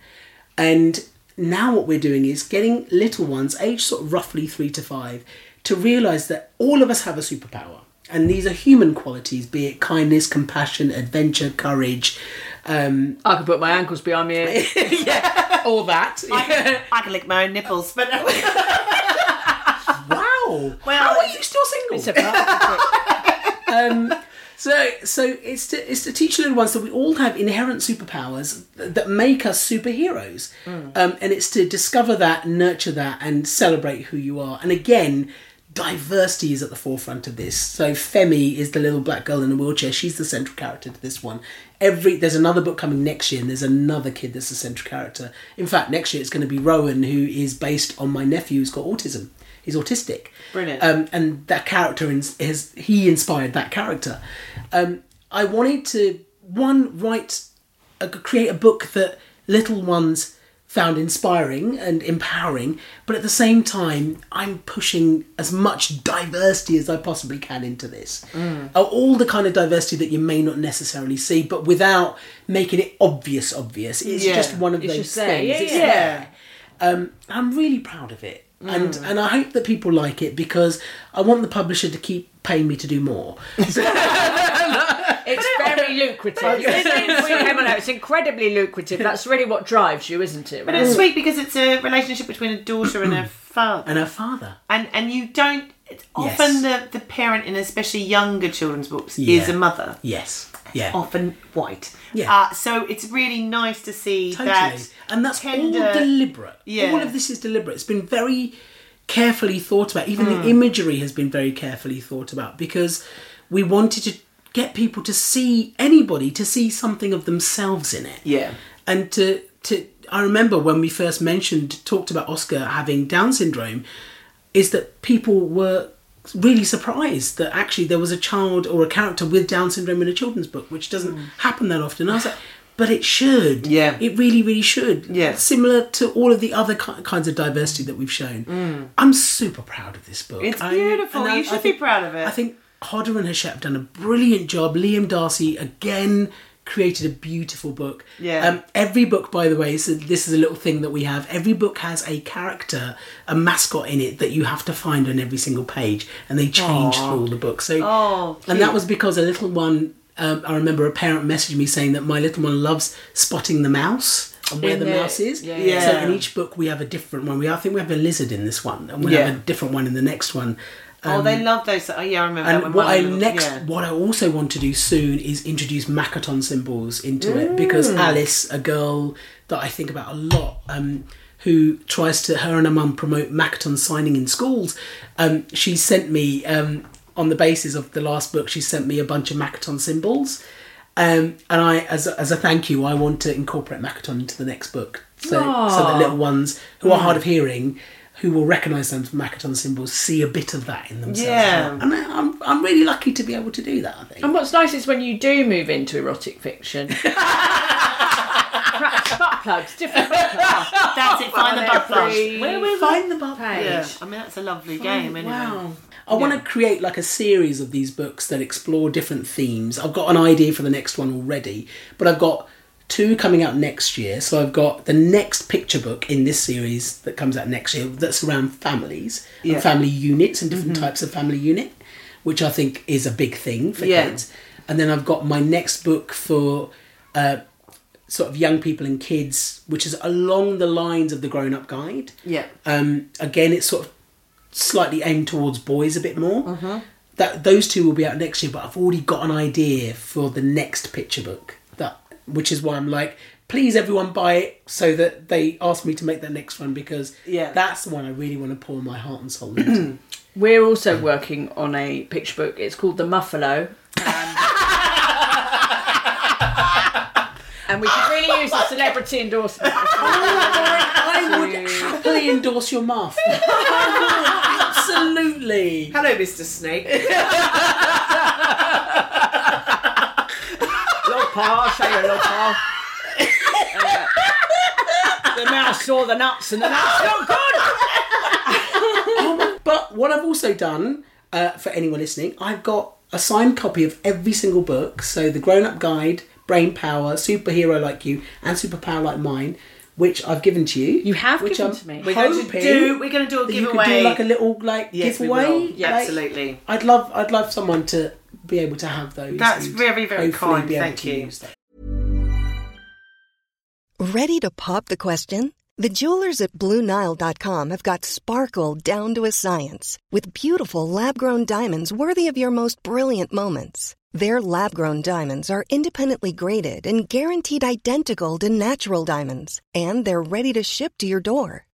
And now what we're doing is getting little ones, aged sort of roughly three to five, to realise that all of us have a superpower. And these are human qualities, be it kindness, compassion, adventure, courage, um,
I could put my ankles behind me.
all that.
I can lick my own nipples, but
Wow.
Well,
How are you still single?
It's a bra.
So, so it's to it's to teach little ones that we all have inherent superpowers th- that make us superheroes, um, and it's to discover that, nurture that, and celebrate who you are. And again, diversity is at the forefront of this. So Femi is the little black girl in a wheelchair. She's the central character to this one. Every there's another book coming next year, and there's another kid that's the central character. In fact, next year it's going to be Rowan, who is based on my nephew who's got autism. He's autistic.
Brilliant.
Um, and that character ins- has he inspired that character. Um, I wanted to one write a, create a book that little ones found inspiring and empowering, but at the same time, I'm pushing as much diversity as I possibly can into this.
Mm.
Uh, All the kind of diversity that you may not necessarily see, but without making it obvious, obvious. It's
Yeah.
just one of
It's
those
just
things.
there. Yeah,
It's
yeah.
there. Um, I'm really proud of it. And
Mm.
and I hope that people like it because I want the publisher to keep paying me to do more.
It's very lucrative. It is. Hang on, it's incredibly lucrative. That's really what drives you, isn't it?
but it's sweet because it's a relationship between a daughter and a father.
and her father.
and and you don't it's
Yes.
often the, the parent in especially younger children's books is
Yeah.
a mother
Yes. Yeah.
often white
Yeah.
uh, so it's really nice to see
totally.
that
and that's all
tender-
deliberate.
Yeah.
All of this is deliberate. It's been very carefully thought about. Even
Mm.
the imagery has been very carefully thought about because we wanted to get people to see anybody to see something of themselves in it.
yeah
and to to I remember when we first mentioned talked about Oscar having Down syndrome, is that people were really surprised that actually there was a child or a character with Down syndrome in a children's book, which doesn't happen that often. I was like, but it should.
Mm. Yeah.
it really, really should.
Yeah.
similar to all of the other ki- kinds of diversity that we've shown. I'm super proud of this book.
Mm. It's
I'm-
beautiful.
and
You should be
think-
proud of it.
I think Hodder and Hachette have done a brilliant job. Liam Darcy again created a beautiful book.
Yeah.
Um, every book, by the way, so this is a little thing that we have. Every book has a character, a mascot in it that you have to find on every single page, and they changed for all the books. So,
Oh,
and that was because a little one. Um, I remember a parent messaged me saying that my little one loves spotting the mouse and where
In
the,
the-
mouse is.
yeah.
So
Yeah.
in each book we have a different one. We I think we have a lizard in this one, and we have
Yeah.
a different one in the next one.
oh they love those oh yeah i remember that
um, And
when
what
my
I
little-
next,
yeah.
what I also want to do soon is introduce Makaton symbols into it because
Mm.
Alice, a girl that I think about a lot, um, who tries to her and her mum promote Makaton signing in schools, um, she sent me um, on the basis of the last book. She sent me a bunch of Makaton symbols, um, and I, as a, as a thank you, I want to incorporate Makaton into the next book. So, so the little ones who are hard of hearing, who will recognise them from Makaton symbols, see a bit of that in themselves.
Yeah.
And I, I'm, I'm really lucky to be able to do that, I think.
And what's nice is when you do move into erotic fiction. Perhaps butt plugs, different butt plugs.
that's it find the butt flush
Every
where will
Find the bubble.
yeah.
page.
i mean that's a lovely game anyway
Wow. I want to create like a series of these books that explore different themes. I've got an idea for the next one already, but I've got two coming out next year. So I've got the next picture book in this series that comes out next year that's around families
Yeah. Mm-hmm.
and family units and different types of family unit, which I think is a big thing for
Yeah.
kids. And then I've got my next book for uh, sort of young people and kids, which is along the lines of the grown up guide.
Yeah.
Um, again, it's sort of slightly aimed towards boys a bit more. That those two will be out next year, but I've already got an idea for the next picture book. That which is why I'm like, please everyone buy it so that they ask me to make that next one because
Yeah.
that's the one I really want to pour my heart and soul into.
We're also working on a picture book. It's called The Muffalo. Um, And, and we could really use a celebrity endorsement.
I would happily endorse your muff. Absolutely.
Hello, Mr. Snake.
Log pile, I'll show you a log pile. Uh, the mouse saw the nuts and the nuts got good.
But what I've also done uh, for anyone listening, I've got a signed copy of every single book. So the Grown Up Guide, Brain Power, Superhero Like You, and Superpower Like Mine, which I've given to you.
You have
which
given to me.
We're
We're going to do. We're going to do a
that
giveaway.
you could do like a little like
Yes, we
giveaway.
will. Yeah,
like-
absolutely.
I'd love I'd love someone to be able to have those.
That's
and
very, very
hopefully
kind.
Be able
Thank
to
you.
use them.
Ready to pop the question? The jewelers at BlueNile.com have got sparkle down to a science with beautiful lab grown diamonds worthy of your most brilliant moments. Their lab grown diamonds are independently graded and guaranteed identical to natural diamonds, and they're ready to ship to your door.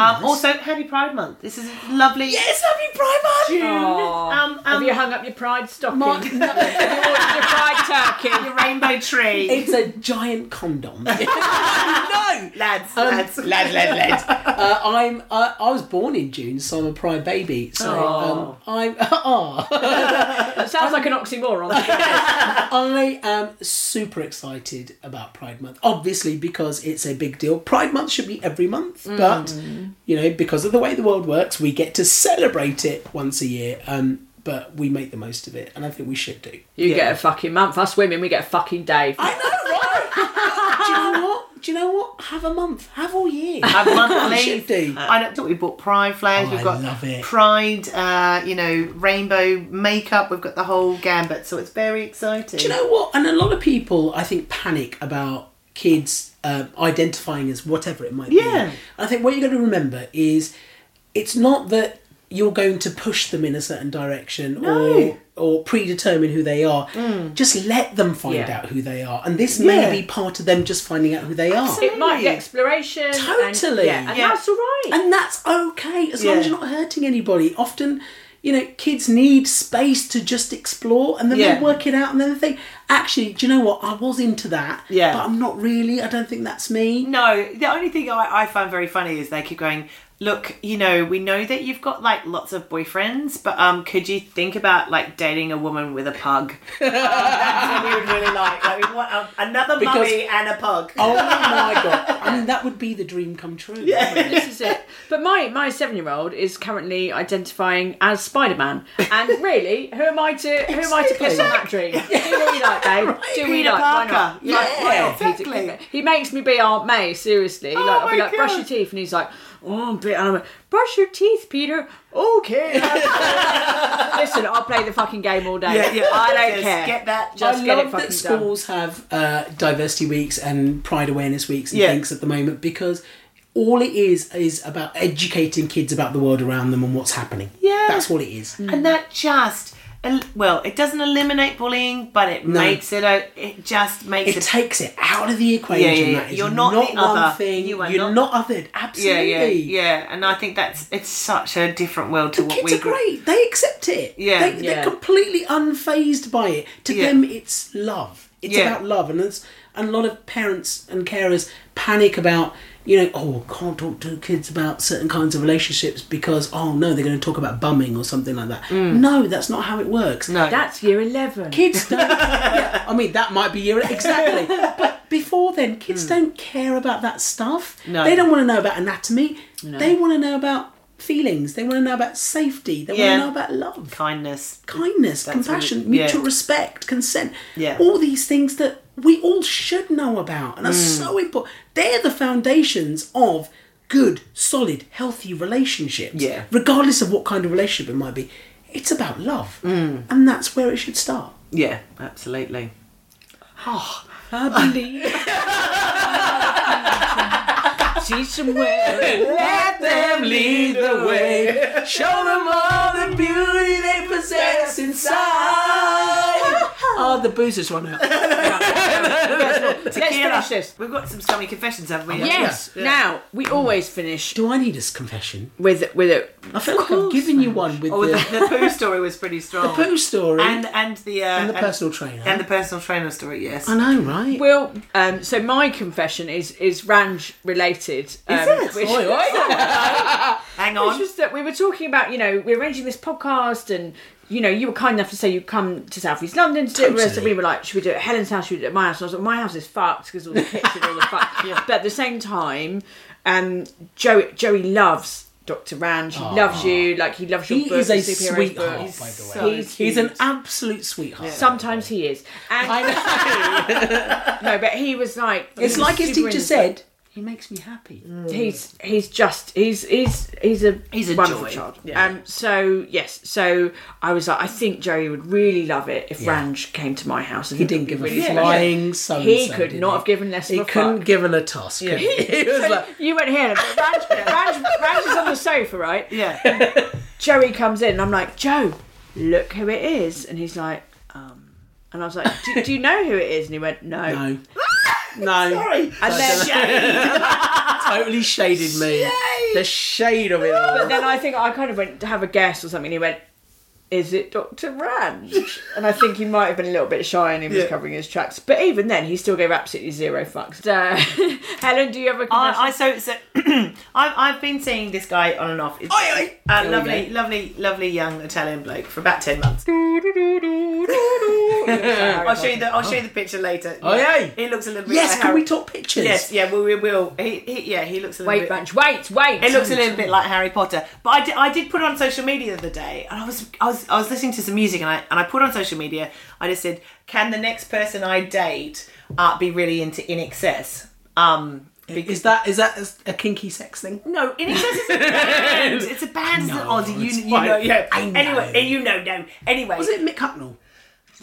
Um, also, Happy Pride Month. This is lovely.
Yes, happy Pride Month.
Um,
Have
um,
you hung up your pride stocking?
Mark-
Have you ordered your pride turkey?
your rainbow tree.
It's a giant condom. no.
lads,
Um,
lads,
lads, lads, lads. Uh, I'm. Uh, I was born in June, so I'm a pride baby. So um, I'm.
That sounds like an oxymoron.
I am super excited about Pride Month. Obviously, because it's a big deal. Pride Month should be every month, but you know, because of the way the world works, we get to celebrate it once a year. Um, but we make the most of it, and I think we should do.
You get a fucking month. Us women, we get a fucking day.
I know, right? do you know what? Do you know what? Have a month. Have all year.
Have monthly.
We should do.
I don't think we bought pride flags.
Oh,
We've
I
got
love it.
pride, uh, you know, rainbow makeup. We've got the whole gambit, so it's very exciting.
Do you know what? And a lot of people, I think, panic about kids um identifying as whatever it might be.
Yeah.
I think what you got to remember is it's not that you're going to push them in a certain direction or or predetermine who they are. Just let them find
Mm. Yeah.
out who they are. And this
Yeah.
may be part of them just finding out who they are.
It might be exploration. And,
Totally.
yeah, and
Yeah.
that's all right.
And that's okay as long as
Yeah.
you're not hurting anybody. Often, you know, kids need space to just explore and then
Yeah.
they work it out and then they think, actually, do you know what? I was into that,
Yeah.
but I'm not really. I don't think that's me.
No, the only thing I, I find very funny is they keep going. Look, you know, we know that you've got like lots of boyfriends, but um, could you think about like dating a woman with a pug? um, that's what we would really like. Like, we want um, another
Because-
mummy and a pug.
Oh my God. I mean, that would be the dream come true. Yeah.
this is it. But my, my seven year old is currently identifying as Spider Man, and really, who am I to who am I to piss on that dream? Do what you like, babe. Do what you
Peter
like. Why
Parker.
not? Like,
Yeah,
why not, Peter?
exactly. Oh
He makes me be Aunt May. Seriously, like I'll be
my
like, brush
God.
your teeth, and he's like, oh, I'm bit. And I'm like, brush your teeth, Peter. Okay. Listen, I'll play the fucking game all day.
Yeah, yeah.
I don't
Just
care.
get that-
Just
I
get
love
it fucking
that
done.
schools have uh, diversity weeks and pride awareness weeks and
Yeah.
things at the moment because all it is is about educating kids about the world around them and what's happening.
Yeah.
That's what it is.
and that just el- well it doesn't eliminate bullying but it makes it a, it just makes
it
it,
takes it out of the equation.
Yeah, yeah, yeah.
That is
You're not the
one
other.
thing.
You
You
are
are You're
not-
not, othered.
yeah
Absolutely.
yeah yeah and i think that's it's such a different world to
The
what
kids
we
are
grew
great. They accept it.
Yeah.
they,
Yeah.
they're completely unfazed by it. To
Yeah.
them, it's love. It's
Yeah.
about love, and it's and a lot of parents and carers panic about you know oh can't talk to kids about certain kinds of relationships because oh no they're going to talk about bumming or something like that.
Mm.
No, that's not how it works. No,
That's year 11.
kids don't. yeah, I mean, that might be your exactly. But before then, kids don't care about that stuff.
Hmm. No.
They don't want to know about anatomy. They want to know about feelings. They want to know about safety. They
Yeah.
want to know about love,
Kindness.
kindness,
That's
compassion,
really- yeah.
mutual respect, consent.
Yeah.
All these things that we all should know about and are
Hmm.
so important. They're the foundations of good, solid, healthy relationships.
Yeah.
Regardless of what kind of relationship it might be. It's about love.
Hmm.
And that's where it should start.
Yeah, absolutely.
I believe.
See somewhere.
Let them lead the way. Show them all the beauty they possess inside. oh, the booze has run out.
Let's finish this.
We've got some scummy confessions, haven't
Oh,
we?
Yes. Now we always finish
Do I need a confession?
with with a
I feel like I've given you one with
Oh, the,
the,
the poo story was pretty
the
strong.
poo story
and and the uh,
and the personal trainer.
and the personal trainer story. Yes.
I know, right?
Well, um, so my confession is is Ranj related. Um,
it?
Which,
Oi, Hang on.
It's just that we were talking about, you know, we're arranging this podcast and, you know, you were kind enough to say you'd come to South East London to do it. So
Totally.
we were like, should we do it at Helen's house? Should we do it at my house? And I was like, my house is fucked because all the kitchen, all the fuck. But at the same time, um, Joey, Joey loves Dr. Ranj. He loves you. Like, he loves your
He
book.
is a
your superheroes book.
sweetheart,
He's
by the way.
so
He's
He's an
cute.
absolute sweetheart.
Sometimes he is. And no, but he was like.
It's
he was
like his
super
teacher
into-
said. He makes me happy.
he's he's just he's he's he's a
He's a
wonderful
joy.
child.
Yeah.
Um. So yes. So I was like, I think Joey would really love it if Ranj came to my house. And
He didn't give a
really
flying sun.
He could not have given less
He
of a
couldn't
fuck.
give her a tusk. could he? He was like,
You went here. and- Ranj, Ranj, Ranj is on the sofa, right?
yeah.
Joey comes in, and I'm like, Joe, look who it is, and he's like, um, and I was like, do, do you know who it is? And he went, no.
no. No. Sorry.
And then,
totally shaded me. The shade of it all.
But then I think I kind of went to have a guess or something. And he went, "Is it Dr. Ranch?" And I think he might have been a little bit shy and he was covering his tracks. But even then, he still gave absolutely zero fucks. Uh, Helen, do you have a confession?
I, I so so. I've I've been seeing this guy on and off. It's
Oi, oi.
a lovely, lovely, lovely young Italian bloke for about ten months. I'll show you the I'll show you the picture later.
Oi, oi.
He looks a little bit.
Yes,
like
can
Harry-
we talk pictures?
Yes, yeah, well, we will. He, he yeah, he looks a little
wait,
bit.
Ranch, wait, wait.
It looks a little bit like Harry Potter, but I did, I did put it on social media the other day, and I was I was I was listening to some music, and I and I put on social media. I just said, "Can the next person I date uh, be really into in excess?" Um,
Is that is that a kinky sex thing?
no, in excess is a band. it's a band, it's an
No,
Aussie. You,
it's
you
fine.
know, yeah.
I know.
Anyway, eh, you know, no. Anyway,
Was it Mick Hucknall?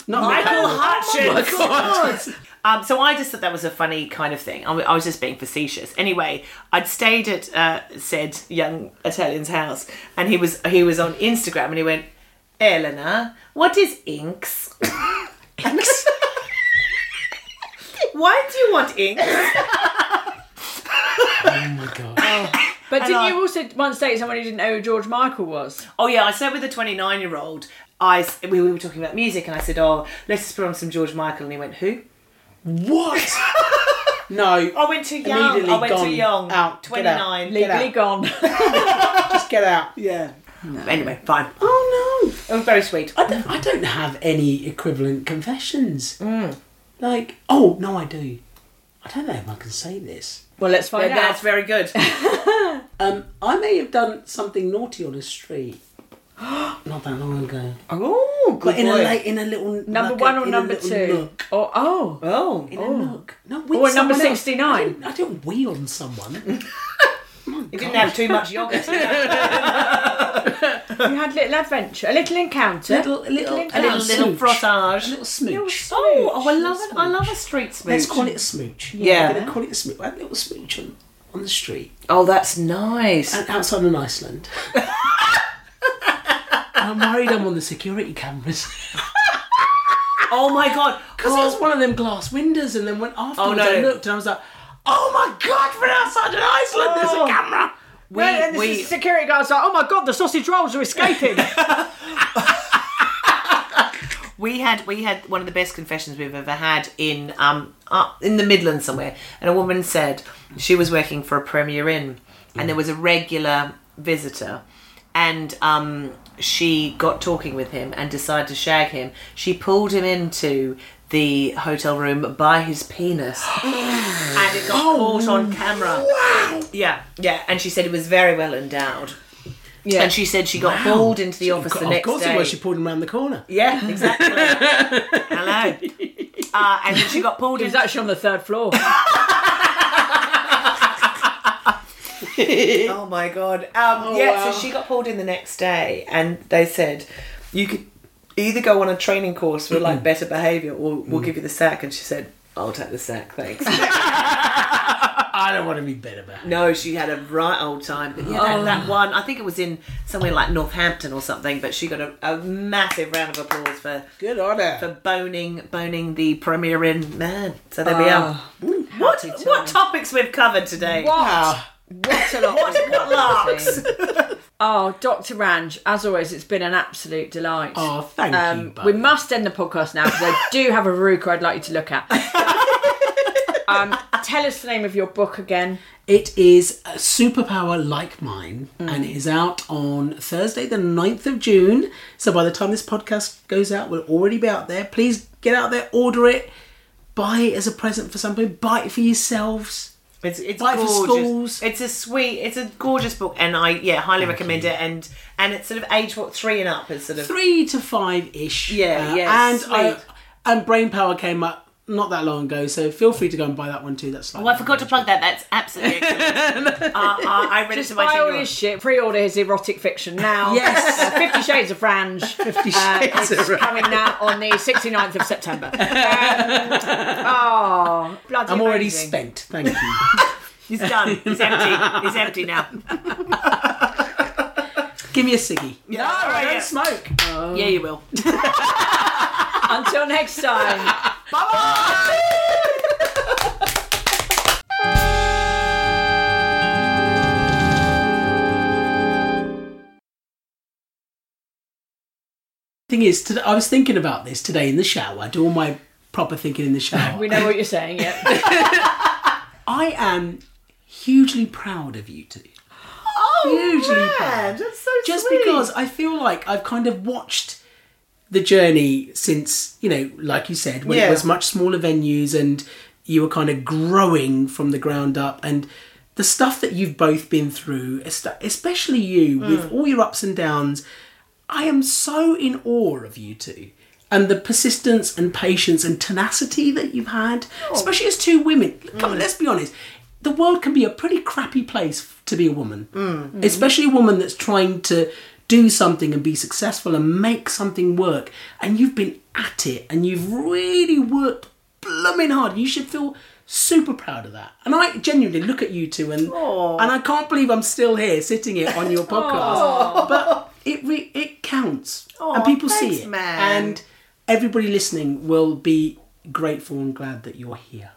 Not Mick
Michael
Hucknall.
Hutchins.
Oh my God.
Um, so I just thought that was a funny kind of thing. I, w- I was just being facetious. Anyway, I'd stayed at uh, said young Italian's house, and he was he was on Instagram, and he went, "Elena, what is inks? inks? Why do you want inks?
Oh my god.
But didn't you also once date someone who didn't know who George Michael was?
Oh yeah, I sat with a 29 year old. I s- we, we were talking about music, and I said, "Oh, let's just put on some George Michael," and he went, "Who?"
What? no.
I went too young.
Immediately
I went
gone.
too young.
Out. Get out.
29.
Get out.
Legally gone.
Just get out.
Yeah. Anyway, fine.
Oh no.
It was very sweet.
I don't, I don't have any equivalent confessions. Like, oh no, I do. I don't know if I can say this.
well, let's find out.
That's very good.
Um, I may have done something naughty on the street. Not that long ago.
oh,
But in a,
boy.
la- in a little
number
like a-
one or
in a
number
little
two?
nook.
Or oh,
Oh,
in a nook. No, with
Or at number
someone else.
69.
I don't, I don't wee on someone.
you didn't have too much yogurt.
you had a little adventure, a little encounter,
little, little,
encounter.
a little,
little
smooch.
frottage.
A little smooch.
Oh, oh, I love it.
Smooch.
I love a street smooch.
Let's call it a smooch.
Yeah.
We're gonna call it a smooch. I had a little smooch on, on the street
Oh, that's nice.
and outside in Iceland. And I'm worried I'm on the security cameras.
Oh my god.
Because it was
Oh,
one of them glass windows, and then went afterwards
no.
I looked and I was like, oh my god, we're outside in Iceland,
Oh.
there's a camera!
Well, and this
we-
is security guards like, oh my god, the sausage rolls are escaping.
We had we had one of the best confessions we've ever had in um up in the Midlands somewhere, and a woman said she was working for a Premier Inn, and there was a regular visitor, and um she got talking with him and decided to shag him. She pulled him into the hotel room by his penis, and it got caught on camera.
Oh,
Yeah, yeah, and she said it was very well endowed.
Yeah.
And she said she got hauled into the office the
of
next
course
day.
it was. She pulled him around the corner.
Yeah, exactly. Hello. Uh, and then she got pulled
He was
into
actually on the third floor.
oh my god. Um, yeah, so she got pulled in the next day, and they said you could either go on a training course for like better behaviour, or we'll give you the sack. And she said, "I'll take the sack, thanks."
I don't want to be better about it.
no, she had a right old time. But yeah, that, that one, I think it was in somewhere like Northampton or something. But she got a, a massive round of applause for
Good on her.
for boning boning the premier in man. So there we are. What
happy time.
what topics we've covered today?
What? What a lot.
What
we've got to
larks.
see. Oh, Dr. Range, as always, it's been an absolute delight.
Oh, thank you,
Um,
bud.
we must end the podcast now because I do have a Ruka I'd like you to look at. um, tell us the name of your book again.
It is a superpower like mine,
Mm.
and it is out on Thursday, the 9th of June. So by the time this podcast goes out, we'll already be out there. Please get out there, order it, buy it as a present for somebody, buy it for yourselves.
It's it's
Right for
gorgeous.
schools.
It's a sweet, it's a gorgeous book, and I yeah highly recommend it. And and it's sort of age what three and up is sort of
Three to five ish.
Yeah, yeah,
And I,
sweet.
and Brain Power came up not that long ago, so feel free to go and buy that one too. That's like
Oh, I forgot to plug that. That's absolutely excellent. uh, I, I read it to my
Buy all
ten-year-old.
his shit. Pre-order his erotic fiction now.
Yes.
Uh, Fifty Shades of Range. Fifty
Uh,
Shades of Range.
coming now on the 69th of September. Um, oh, bloody
I'm already
amazing.
spent. Thank you.
He's done. He's empty. He's empty now.
Give me a ciggy.
Yeah, all right, yeah.
smoke.
yeah, you will.
Until next time.
Thing is, today, I was thinking about this today in the shower. I do all my proper thinking in the shower.
We know what you're saying, yeah.
I am hugely proud of you two. Oh, hugely proud.
That's so
Just because I feel like I've kind of watched the journey since, you know, like you said, when
Yeah.
it was much smaller venues and you were kind of growing from the ground up and the stuff that you've both been through, es- especially you
Mm.
with all your ups and downs, I am so in awe of you two. And the persistence and patience and tenacity that you've had,
Oh.
especially as two women. Come
Mm.
on, let's be honest. The world can be a pretty crappy place f- to be a woman, Mm-hmm. especially a woman that's trying to do something and be successful and make something work. And you've been at it and you've really worked blooming hard. You should feel super proud of that. And I genuinely look at you two and and I can't believe I'm still here sitting here on your podcast. But it re- it counts. and people see
thanks,
it.
man.
And everybody listening will be grateful and glad that you're here.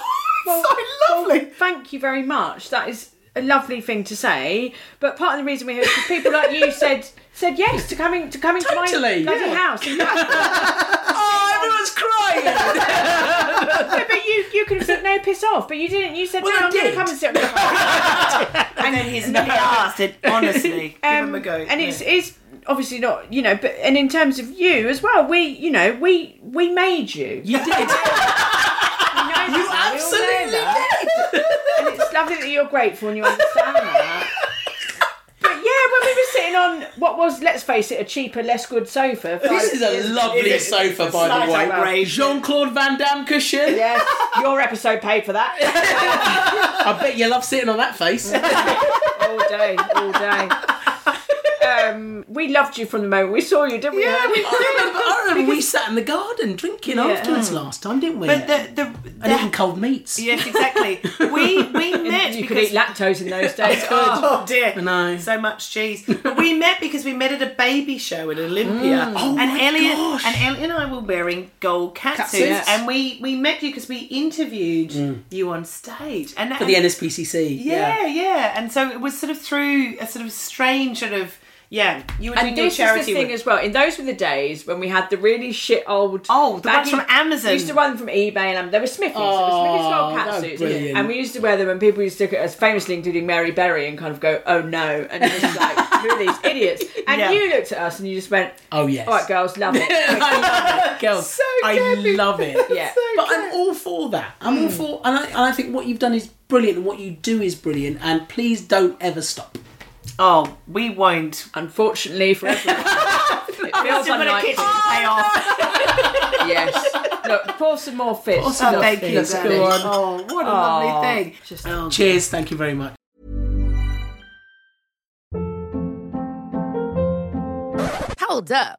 so lovely.
Thank you very much. That is a lovely thing to say. But part of the reason we're here is because people like you said said yes to coming to coming to my
Totally,
bloody
yeah.
house. And you-
Oh, everyone's crying.
no, but you you could have said no, piss off. But you didn't. You said
Well,
no,
I
I'm going to
did.
come and sit. On your and then
He's nearly asked it. Honestly, give him
Um,
a go.
And it's it's obviously not you know, but and in terms of you as well, we you know we we made you.
You did.
We know that. We all know
absolutely
that. and it's lovely that you're grateful and you understand that. But yeah, when we were sitting on what was, let's face it, a cheaper, less good sofa.
This is a lovely sofa, by the
Slight
way.
upgrade.
Jean Claude Van Damme cushion.
Yes, your episode paid for that
I bet you love sitting on that face.
all day, all day. Um, we loved you from the moment we saw you, didn't we?
Yeah, we
I remember, I remember we sat in the garden drinking afterwards last time, didn't we?
but the the,
and
the
eating cold meats.
yes, exactly. We we met
You could
because
eat lactose in those days.
Oh dear,
know.
so much cheese. But we met because we met at a baby show at Olympia,
Mm. Oh
and
my
Elliot
gosh.
and Elliot and I were wearing gold catsuits,
Catsuits.
and we we met you because we interviewed
Mm.
you on stage, and
For the NSPCC.
yeah, yeah, and so it was sort of through a sort of strange sort of Yeah, you were doing
And
your
this is the
charity
thing
work.
as well. In those were the days when we had the really shit old.
Oh, the ones
baggy-
from Amazon.
We used to run them from eBay, and um, they were Smithies.
Oh,
they
that
were
was
Smithies old
brilliant.
catsuits, and we used to wear them. And people used to look at us, famously including Mary Berry, and kind of go, "Oh no!" And it was like, "Who are these idiots?" And
Yeah.
you looked at us, and you just went,
Oh, yes.
all right, girls, love it."
Girls,
So
I
campy.
love it.
Yeah. So
but I'm all for that. I'm all for, and I, and I think what you've done is brilliant, and what you do is brilliant. And please don't ever stop.
Oh, we won't.
Unfortunately for everyone, it feels
Still got a
unlikely.
kitchen to pay off.
Yes. Look, pour some more fists.
some
Look,
thank you,
look at
darling.
this.
Oh, what a lovely thing.
Just-
Oh,
Cheers. Thank you very much.
Hold up.